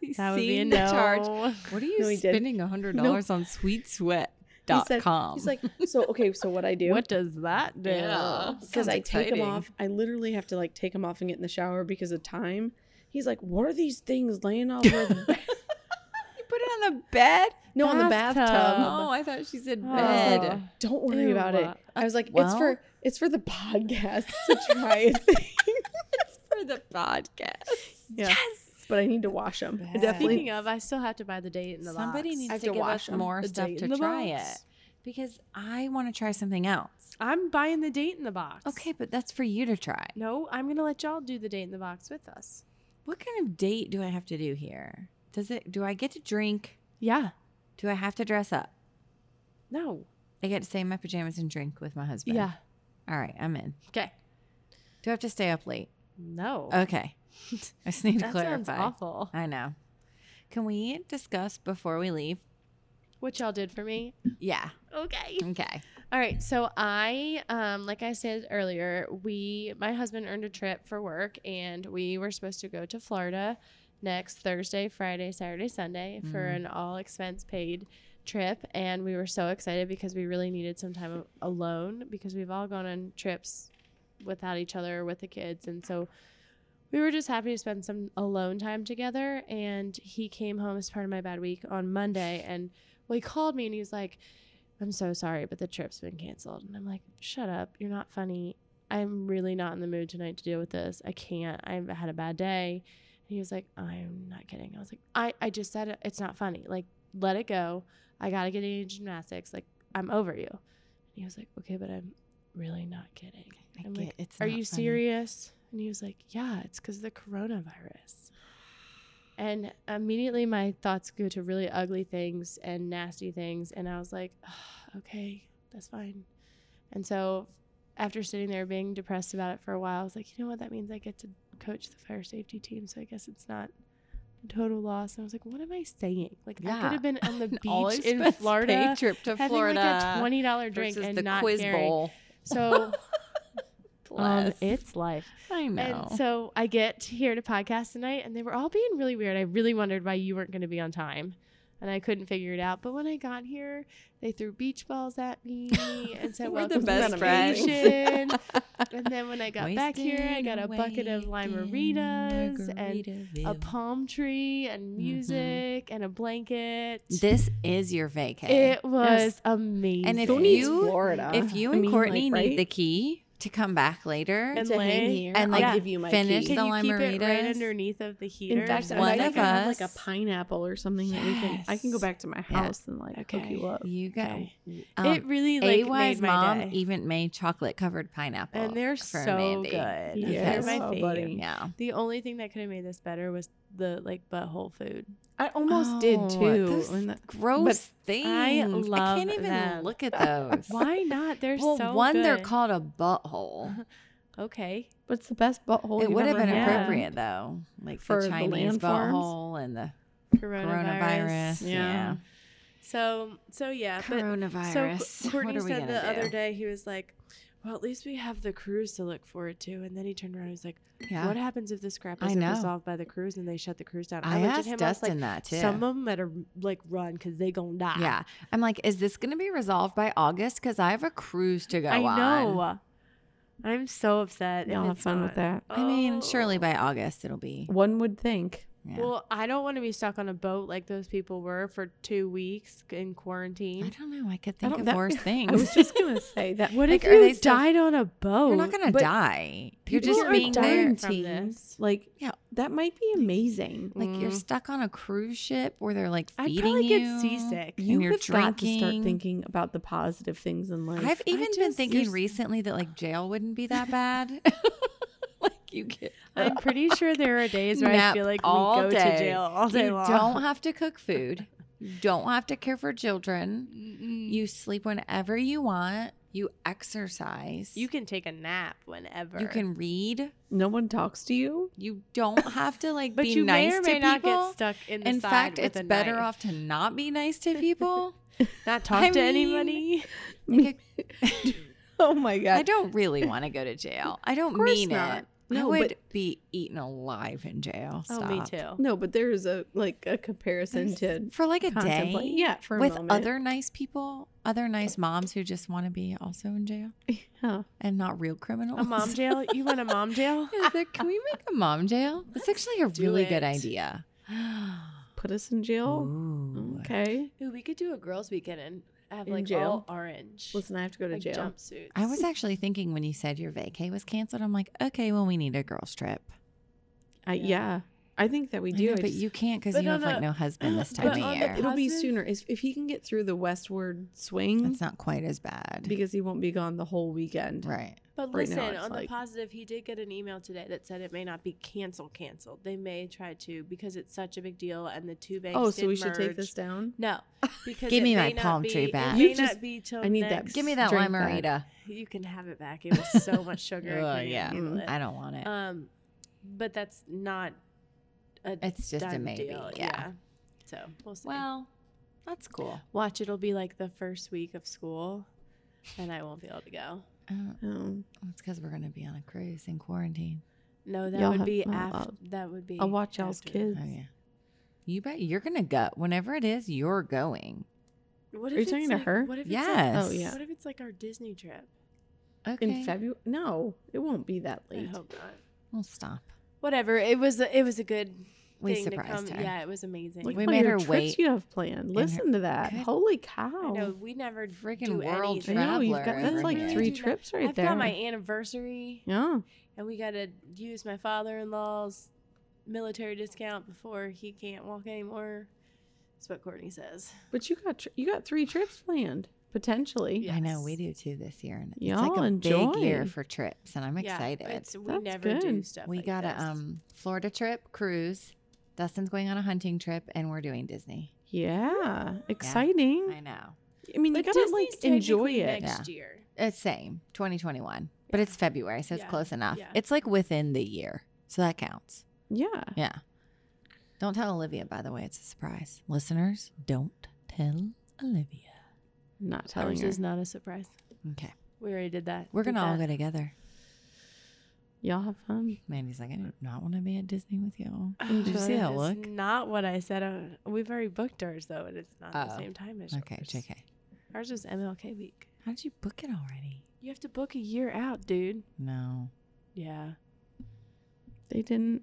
Speaker 1: He's
Speaker 3: that would be a
Speaker 1: seen
Speaker 3: no.
Speaker 1: the charge. What are you
Speaker 2: No, he did.
Speaker 1: spending a hundred
Speaker 2: No.
Speaker 1: dollars on sweetsweat.com?
Speaker 2: he said, he's like so okay. So what I do?
Speaker 3: What does that do?
Speaker 1: Yeah.
Speaker 2: because
Speaker 1: Sounds
Speaker 2: I take
Speaker 1: exciting.
Speaker 2: them off. I literally have to like take them off and get in the shower because of time. He's like, what are these things laying all over the bed?
Speaker 1: you put it on the bed?
Speaker 2: no on the
Speaker 3: Bathtub.
Speaker 2: bathtub?
Speaker 1: Oh, I thought she said
Speaker 2: uh,
Speaker 3: Oh.
Speaker 1: bed.
Speaker 2: Don't worry
Speaker 3: Ew.
Speaker 2: about it. I was like, it's
Speaker 1: well-
Speaker 2: for it's for the podcast to try a thing.
Speaker 1: For the podcast.
Speaker 2: Yeah.
Speaker 1: Yes.
Speaker 2: But I need to wash them.
Speaker 3: Oh.
Speaker 1: Bad.
Speaker 2: Definitely.
Speaker 3: Speaking of, I still have to buy the date in the
Speaker 1: Somebody
Speaker 3: box.
Speaker 1: needs
Speaker 2: I have
Speaker 1: to,
Speaker 2: to
Speaker 1: give
Speaker 2: wash
Speaker 1: us
Speaker 2: 'em.
Speaker 1: more
Speaker 3: The
Speaker 1: stuff
Speaker 3: date
Speaker 1: to
Speaker 3: in the
Speaker 1: try
Speaker 3: box.
Speaker 1: it because I want to try something else.
Speaker 3: I'm buying the date in the box.
Speaker 1: Okay, but that's for you to try.
Speaker 3: No, I'm gonna let y'all do the date in the box with us.
Speaker 1: What kind of date do I have to do here? Does it? Do I get to drink?
Speaker 3: Yeah.
Speaker 1: Do I have to dress up?
Speaker 3: No.
Speaker 1: I get to stay in my pajamas and drink with my husband.
Speaker 3: Yeah.
Speaker 1: All right, I'm in.
Speaker 3: Okay.
Speaker 1: Do I have to stay up late?
Speaker 3: No.
Speaker 1: Okay. I just need to
Speaker 3: that sounds
Speaker 1: clarify.
Speaker 3: awful.
Speaker 1: I know. Can we discuss before we leave?
Speaker 3: What y'all did for me?
Speaker 1: Yeah.
Speaker 3: Okay.
Speaker 1: Okay.
Speaker 3: All right. So I, um, like I said earlier, we, my husband earned a trip for work, and we were supposed to go to Florida next Thursday, Friday, Saturday, Sunday for
Speaker 1: Mhm.
Speaker 3: an all expense paid trip, and we were so excited because we really needed some time a- alone because we've all gone on trips without each other or with the kids, and so. We were just happy to spend some alone time together, and he came home as part of my bad week on Monday, and well, he called me and he was like, I'm so sorry, but the trip's been canceled. And I'm like, shut up. You're not funny. I'm really not in the mood tonight to deal with this. I can't. I've had a bad day. And he was like, I'm not kidding. I was like, I, I just said it. It's not funny. Like, let it go. I got to get into gymnastics. Like, I'm over you. And he was like, okay, but I'm really not kidding.
Speaker 1: I
Speaker 3: I'm
Speaker 1: get
Speaker 3: like,
Speaker 1: it's
Speaker 3: Are
Speaker 1: not
Speaker 3: you
Speaker 1: funny.
Speaker 3: serious? And he was like, yeah, it's because of the coronavirus. And immediately my thoughts go to really ugly things and nasty things. And I was like, "Ugh, okay, that's fine. And so after sitting there being depressed about it for a while, I was like, you know what? That means I get to coach the fire safety team. So I guess it's not a total loss. And I was like, what am I saying? Like, I
Speaker 1: Yeah.
Speaker 3: could have been on the
Speaker 1: An all
Speaker 3: beach in
Speaker 1: expense
Speaker 3: Florida
Speaker 1: paid trip to
Speaker 3: having
Speaker 1: Florida.
Speaker 3: like a $20 drink
Speaker 1: versus
Speaker 3: and
Speaker 1: the
Speaker 3: not
Speaker 1: quiz
Speaker 3: caring.
Speaker 1: bowl.
Speaker 3: So um,
Speaker 1: Bless.
Speaker 3: it's life.
Speaker 1: I know.
Speaker 3: And so I get to here to podcast tonight, and they were all being really weird. I really wondered why you weren't going to be on time, and I couldn't figure it out. But when I got here, they threw beach balls at me and said,
Speaker 1: We're the
Speaker 3: "Welcome to
Speaker 1: best
Speaker 3: the
Speaker 1: friends."
Speaker 3: vacation." and then when I got back here, I
Speaker 1: Wasted
Speaker 3: got a bucket of
Speaker 1: awake
Speaker 3: lime
Speaker 1: in
Speaker 3: margaritas and a
Speaker 1: Margaritaville.
Speaker 3: palm tree and music and a blanket.
Speaker 1: Mm-hmm. This is your vacation.
Speaker 3: it uh, was amazing.
Speaker 1: And if
Speaker 2: Who needs
Speaker 1: you-
Speaker 2: Florida?
Speaker 1: if you
Speaker 2: I
Speaker 1: and
Speaker 2: mean, like,
Speaker 1: Courtney
Speaker 2: right?
Speaker 1: need the key to come back later,
Speaker 3: And
Speaker 2: to hang
Speaker 3: lay-
Speaker 2: here,
Speaker 1: and,
Speaker 2: I'll
Speaker 3: like,
Speaker 2: give you my
Speaker 1: finish
Speaker 2: key.
Speaker 1: the
Speaker 3: can you keep it right
Speaker 1: limaritas?
Speaker 3: underneath of the heater?
Speaker 2: In fact, I
Speaker 1: One
Speaker 2: might
Speaker 1: of
Speaker 2: even have like a
Speaker 1: us-
Speaker 2: pineapple or something that we can. I can go
Speaker 3: Yes.
Speaker 2: back to my house and like hook you
Speaker 3: Okay.
Speaker 2: up.
Speaker 1: you go.
Speaker 3: Okay.
Speaker 1: Um,
Speaker 3: it really like
Speaker 1: AY's
Speaker 3: made my
Speaker 1: mom
Speaker 3: day.
Speaker 1: even made chocolate covered pineapple.
Speaker 3: and they're
Speaker 1: for
Speaker 3: so
Speaker 1: Mandy.
Speaker 3: good.
Speaker 1: Yes.
Speaker 3: They're my
Speaker 2: Oh,
Speaker 3: favorite.
Speaker 2: buddy.
Speaker 1: Yeah.
Speaker 3: The only thing that could have made this better was the like butthole food.
Speaker 2: I almost did
Speaker 1: Oh,
Speaker 2: too.
Speaker 1: those
Speaker 2: when that-
Speaker 1: Gross things.
Speaker 3: I love
Speaker 1: can't even
Speaker 3: them.
Speaker 1: look at those.
Speaker 3: Why not? They're
Speaker 1: well,
Speaker 3: so
Speaker 1: one, they're
Speaker 3: good.
Speaker 1: called a butthole.
Speaker 3: Okay.
Speaker 2: But it's the best butthole.
Speaker 1: It
Speaker 2: you've
Speaker 1: would have
Speaker 2: ever
Speaker 1: been
Speaker 2: had.
Speaker 1: appropriate though, like
Speaker 2: For
Speaker 1: the
Speaker 2: the
Speaker 1: Chinese
Speaker 2: landforms?
Speaker 1: butthole and the
Speaker 3: Coronavirus.
Speaker 1: coronavirus.
Speaker 2: Yeah.
Speaker 1: Yeah,
Speaker 3: So so yeah, but
Speaker 1: coronavirus.
Speaker 3: So Qu-
Speaker 1: what
Speaker 3: Courtney
Speaker 1: are we
Speaker 3: said
Speaker 1: gonna
Speaker 3: the
Speaker 1: do?
Speaker 3: other day he was like, "Well, at least we have the cruise to look forward to." And then he turned around and was like,
Speaker 1: yeah,
Speaker 3: "What happens if the scrap
Speaker 1: I
Speaker 3: isn't
Speaker 1: know.
Speaker 3: resolved by the cruise and they shut the cruise down?"
Speaker 1: I,
Speaker 3: looked at
Speaker 1: asked
Speaker 3: him, I was
Speaker 1: Dustin that too.
Speaker 3: like, "Some of them better like run because they gonna die."
Speaker 1: yeah, I'm like, is this gonna be resolved by August? Because I have a cruise to go
Speaker 3: I
Speaker 1: on.
Speaker 3: know. I'm so upset. if
Speaker 2: Y'all have
Speaker 3: it's
Speaker 2: fun
Speaker 3: not.
Speaker 2: with that.
Speaker 1: I mean,
Speaker 3: Oh.
Speaker 1: surely by August it'll be.
Speaker 2: One would think.
Speaker 1: yeah.
Speaker 3: Well, I don't want to be stuck on a boat like those people were for two weeks in
Speaker 1: I
Speaker 3: quarantine.
Speaker 1: don't know. I could
Speaker 2: I
Speaker 1: think
Speaker 2: don't-
Speaker 1: of
Speaker 2: that-
Speaker 1: worse
Speaker 2: I was
Speaker 1: things.
Speaker 2: just gonna say that.
Speaker 3: What
Speaker 1: Like,
Speaker 3: if
Speaker 1: are
Speaker 3: you
Speaker 1: they still-
Speaker 3: died on a boat?
Speaker 1: You're not gonna
Speaker 2: but
Speaker 1: die. You're
Speaker 2: people
Speaker 1: just
Speaker 2: are
Speaker 1: being
Speaker 2: dying
Speaker 1: there.
Speaker 3: from
Speaker 2: teens.
Speaker 3: this.
Speaker 2: Like,
Speaker 1: Yeah.
Speaker 2: that might be amazing.
Speaker 1: Like you're
Speaker 3: Mm.
Speaker 1: stuck on a cruise ship where they're like
Speaker 3: I'd
Speaker 1: feeding
Speaker 3: probably
Speaker 1: you.
Speaker 3: get seasick.
Speaker 1: and
Speaker 2: You
Speaker 1: you're
Speaker 2: have got to start
Speaker 1: drinking.
Speaker 2: thinking about the positive things in life.
Speaker 1: I've e- even been
Speaker 3: just-
Speaker 1: thinking
Speaker 3: you're-
Speaker 1: recently that like jail wouldn't be that bad. like you get
Speaker 3: I'm pretty sure there are days where I
Speaker 1: Nap
Speaker 3: feel like
Speaker 1: all
Speaker 3: we go
Speaker 1: day.
Speaker 3: to jail all day
Speaker 1: you
Speaker 3: long.
Speaker 1: don't have to cook food. You don't have to care for children.
Speaker 3: you,
Speaker 1: You sleep whenever you want. You exercise.
Speaker 3: you can take a nap whenever.
Speaker 1: you can read.
Speaker 2: no one talks to you.
Speaker 1: You don't have to like
Speaker 3: but
Speaker 1: be
Speaker 3: you
Speaker 1: nice
Speaker 3: may or may
Speaker 1: to
Speaker 3: not
Speaker 1: people.
Speaker 3: get stuck in the
Speaker 1: In
Speaker 3: side
Speaker 1: fact,
Speaker 3: with
Speaker 1: it's
Speaker 3: a
Speaker 1: better
Speaker 3: knife.
Speaker 1: off to not be nice to people.
Speaker 3: not talk
Speaker 1: I
Speaker 3: to
Speaker 1: mean-
Speaker 3: anybody.
Speaker 1: Like,
Speaker 2: Oh my god.
Speaker 1: I don't really want to go to jail. I don't
Speaker 2: course
Speaker 1: mean
Speaker 2: not.
Speaker 1: it. I
Speaker 2: No,
Speaker 1: would
Speaker 2: but-
Speaker 1: be eaten alive in jail.
Speaker 3: Oh, me
Speaker 1: Stop.
Speaker 3: too.
Speaker 2: No, but there is a like a comparison to
Speaker 1: for like a day.
Speaker 2: contemplate. Yeah, for a
Speaker 1: with
Speaker 2: moment.
Speaker 1: other nice people, other nice moms who just want to be also in jail
Speaker 2: Yeah.
Speaker 1: and not real criminals.
Speaker 3: A mom jail? You want a mom jail?
Speaker 1: Is there- can we make a mom jail? That's actually a
Speaker 3: do
Speaker 1: really good
Speaker 3: it. Oh,
Speaker 1: idea.
Speaker 2: put us in jail.
Speaker 1: Ooh.
Speaker 2: Okay.
Speaker 3: Ooh, we could do a girls' weekend and have
Speaker 2: In
Speaker 3: like
Speaker 2: jail?
Speaker 3: all orange,
Speaker 2: Listen, I have to go to
Speaker 3: like
Speaker 2: jail.
Speaker 3: jumpsuits.
Speaker 1: I was actually thinking when you said your vacay was canceled, I'm like, okay, well, we need a girls trip.
Speaker 2: I,
Speaker 3: Yeah.
Speaker 2: yeah. I think that we
Speaker 1: I
Speaker 2: do.
Speaker 1: know,
Speaker 2: I
Speaker 1: but
Speaker 2: just-
Speaker 1: you can't because
Speaker 3: But
Speaker 1: you have
Speaker 3: on
Speaker 1: like
Speaker 3: a-
Speaker 1: no husband this
Speaker 3: but
Speaker 1: time of
Speaker 3: on the
Speaker 1: year.
Speaker 2: it'll be
Speaker 3: Positive-
Speaker 2: sooner if, if he can get through the westward swing
Speaker 1: It's not quite as bad.
Speaker 2: because he won't be gone the whole weekend.
Speaker 1: right.
Speaker 3: But
Speaker 2: right now
Speaker 3: listen,
Speaker 2: it's
Speaker 3: on
Speaker 2: like-
Speaker 3: the positive, he did get an email today that said it may not be cancel canceled. They may try to because it's such a big deal and the two banks.
Speaker 2: Oh, so
Speaker 3: did
Speaker 2: we should take
Speaker 3: merge.
Speaker 2: this down.
Speaker 3: No, because
Speaker 1: Give
Speaker 3: it
Speaker 1: me
Speaker 3: may
Speaker 1: my
Speaker 3: not
Speaker 1: palm
Speaker 3: be-
Speaker 1: tree back.
Speaker 3: It may
Speaker 2: You
Speaker 3: not
Speaker 2: just-
Speaker 3: be till
Speaker 2: I need that
Speaker 3: next.
Speaker 1: Give me that
Speaker 2: Drink
Speaker 1: lime
Speaker 2: that.
Speaker 1: margarita.
Speaker 3: You can have it back. It was so much sugar.
Speaker 1: Ugh,
Speaker 3: I
Speaker 1: yeah. mm,
Speaker 3: yeah. Handle it.
Speaker 1: I don't want it.
Speaker 3: Um, but that's not a.
Speaker 1: it's just a
Speaker 3: done
Speaker 1: maybe.
Speaker 3: deal.
Speaker 1: yeah.
Speaker 3: So we'll see.
Speaker 1: Well, that's cool.
Speaker 3: watch. It'll be like the first week of school, and I won't be able to go.
Speaker 1: Uh,
Speaker 2: Um,
Speaker 1: It's because we're going to be on a cruise in quarantine.
Speaker 3: No, that
Speaker 2: Y'all
Speaker 3: would
Speaker 2: have-
Speaker 3: be
Speaker 2: oh,
Speaker 3: after.
Speaker 2: I'll-
Speaker 3: That would be.
Speaker 2: I'll watch y'all's
Speaker 3: after.
Speaker 2: kids.
Speaker 1: Oh, yeah. You bet you're going to go. Whenever it is, you're going.
Speaker 3: What
Speaker 2: Are
Speaker 3: if
Speaker 2: you
Speaker 3: it's
Speaker 2: talking to
Speaker 3: like-
Speaker 2: her?
Speaker 3: What if
Speaker 1: Yes.
Speaker 3: It's
Speaker 2: Oh,
Speaker 3: like,
Speaker 2: yeah.
Speaker 3: What if it's like our Disney trip?
Speaker 1: Okay.
Speaker 2: In February? No, it won't be that late.
Speaker 3: I hope not.
Speaker 1: We'll stop.
Speaker 3: Whatever. It was. A, it was a good
Speaker 1: We
Speaker 3: thing
Speaker 1: surprised
Speaker 3: to come.
Speaker 1: her.
Speaker 3: Yeah, it was amazing.
Speaker 1: Like,
Speaker 2: Look
Speaker 1: we
Speaker 2: at all
Speaker 1: made
Speaker 2: your
Speaker 1: her
Speaker 2: trips
Speaker 1: wait
Speaker 2: you have planned.
Speaker 1: her-
Speaker 2: Listen to that.
Speaker 1: Good-
Speaker 2: Holy
Speaker 3: I
Speaker 2: cow!
Speaker 3: know we never
Speaker 1: Freaking
Speaker 3: do
Speaker 1: world
Speaker 3: anything.
Speaker 2: I know,
Speaker 1: traveler.
Speaker 2: you've got that's
Speaker 1: over
Speaker 2: like
Speaker 1: here.
Speaker 2: three
Speaker 3: I've
Speaker 2: trips right
Speaker 3: I've
Speaker 2: there.
Speaker 3: got my anniversary,
Speaker 2: yeah.
Speaker 3: and we got to use my father-in-law's military discount before he can't walk anymore. That's what Courtney says.
Speaker 2: But you got tr- you got three trips planned potentially.
Speaker 3: Yeah.
Speaker 1: I know
Speaker 3: Yes.
Speaker 1: we do too this year, and it's like
Speaker 2: Y'all
Speaker 1: a big year
Speaker 2: enjoy.
Speaker 1: for trips, and I'm
Speaker 3: Yeah,
Speaker 1: excited.
Speaker 3: it's- we
Speaker 2: That's
Speaker 3: never do
Speaker 2: good.
Speaker 3: stuff.
Speaker 1: We
Speaker 3: like
Speaker 1: got
Speaker 3: this.
Speaker 1: a um, Florida trip, cruise. Dustin's going on a hunting trip, and we're doing Disney.
Speaker 2: Yeah, exciting.
Speaker 1: I know.
Speaker 2: I mean,
Speaker 3: But
Speaker 2: you gotta
Speaker 3: Disney's
Speaker 2: like enjoy
Speaker 3: technically
Speaker 2: it.
Speaker 3: next year.
Speaker 1: It's same 2021, but it's February, so it's
Speaker 3: Yeah.
Speaker 1: close enough.
Speaker 3: Yeah.
Speaker 1: It's like within the year, so that counts.
Speaker 2: Yeah.
Speaker 1: Yeah. Don't tell Olivia, by the way. It's a surprise. Listeners, don't tell Olivia.
Speaker 2: Not telling
Speaker 3: Ours
Speaker 2: her.
Speaker 3: is not a surprise.
Speaker 1: Okay.
Speaker 3: We already did that.
Speaker 1: We're
Speaker 3: Did
Speaker 1: going to all go
Speaker 3: that.
Speaker 1: together.
Speaker 2: Y'all have fun.
Speaker 1: Mandy's like, I do not want to be at Disney with y'all.
Speaker 3: Oh,
Speaker 1: Did you see that
Speaker 3: is
Speaker 1: look?
Speaker 3: Not what I said. Uh, We've already booked ours though, and it's not the
Speaker 1: Oh.
Speaker 3: same time as
Speaker 1: Okay,
Speaker 3: yours.
Speaker 1: JK.
Speaker 3: Ours is MLK week.
Speaker 1: How did you book it already?
Speaker 3: You have to book a year out, dude.
Speaker 1: No.
Speaker 3: Yeah.
Speaker 2: They didn't.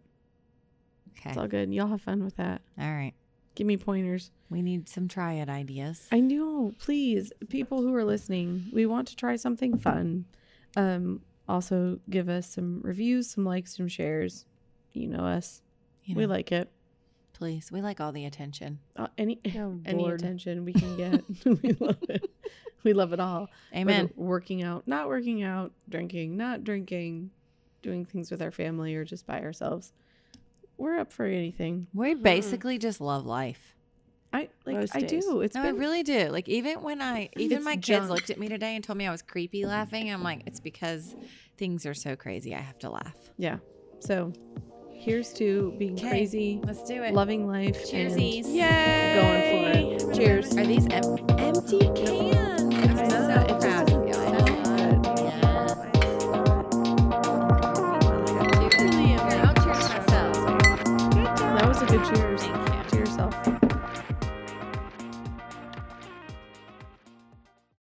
Speaker 1: Okay.
Speaker 2: It's
Speaker 1: All
Speaker 2: all good. Y'all have fun with that.
Speaker 1: right.
Speaker 2: Give me pointers.
Speaker 1: We need some try it ideas.
Speaker 2: I know. Please, people who are listening, we want to try something fun. Um, also, give us some reviews, some likes, some shares. You know us.
Speaker 1: You
Speaker 2: We
Speaker 1: know,
Speaker 2: like it.
Speaker 1: please. We like all the attention.
Speaker 2: Uh, any
Speaker 3: Oh,
Speaker 2: any
Speaker 3: Lord.
Speaker 2: attention we can get, we love it. We love it all.
Speaker 1: Amen.
Speaker 2: whether working out, not working out, drinking, not drinking, doing things with our family or just by ourselves. We're up for anything.
Speaker 1: We basically just love life.
Speaker 2: I like
Speaker 3: Most
Speaker 2: I
Speaker 3: days.
Speaker 2: do. It's
Speaker 1: No,
Speaker 2: been
Speaker 1: I really do. Like even when I, even
Speaker 2: It's
Speaker 1: my kids
Speaker 2: junk.
Speaker 1: looked at me today and told me I was creepy laughing. I'm like, it's because things are so crazy. I have to laugh.
Speaker 2: yeah. So here's to being
Speaker 1: 'Kay.
Speaker 2: crazy,
Speaker 1: Let's do it.
Speaker 2: loving life, and
Speaker 1: Cheersies.
Speaker 3: Yay!
Speaker 2: going for it. Cheers.
Speaker 1: Are these em- empty cans? Oh, I'm
Speaker 3: I
Speaker 1: so
Speaker 3: know.
Speaker 1: proud.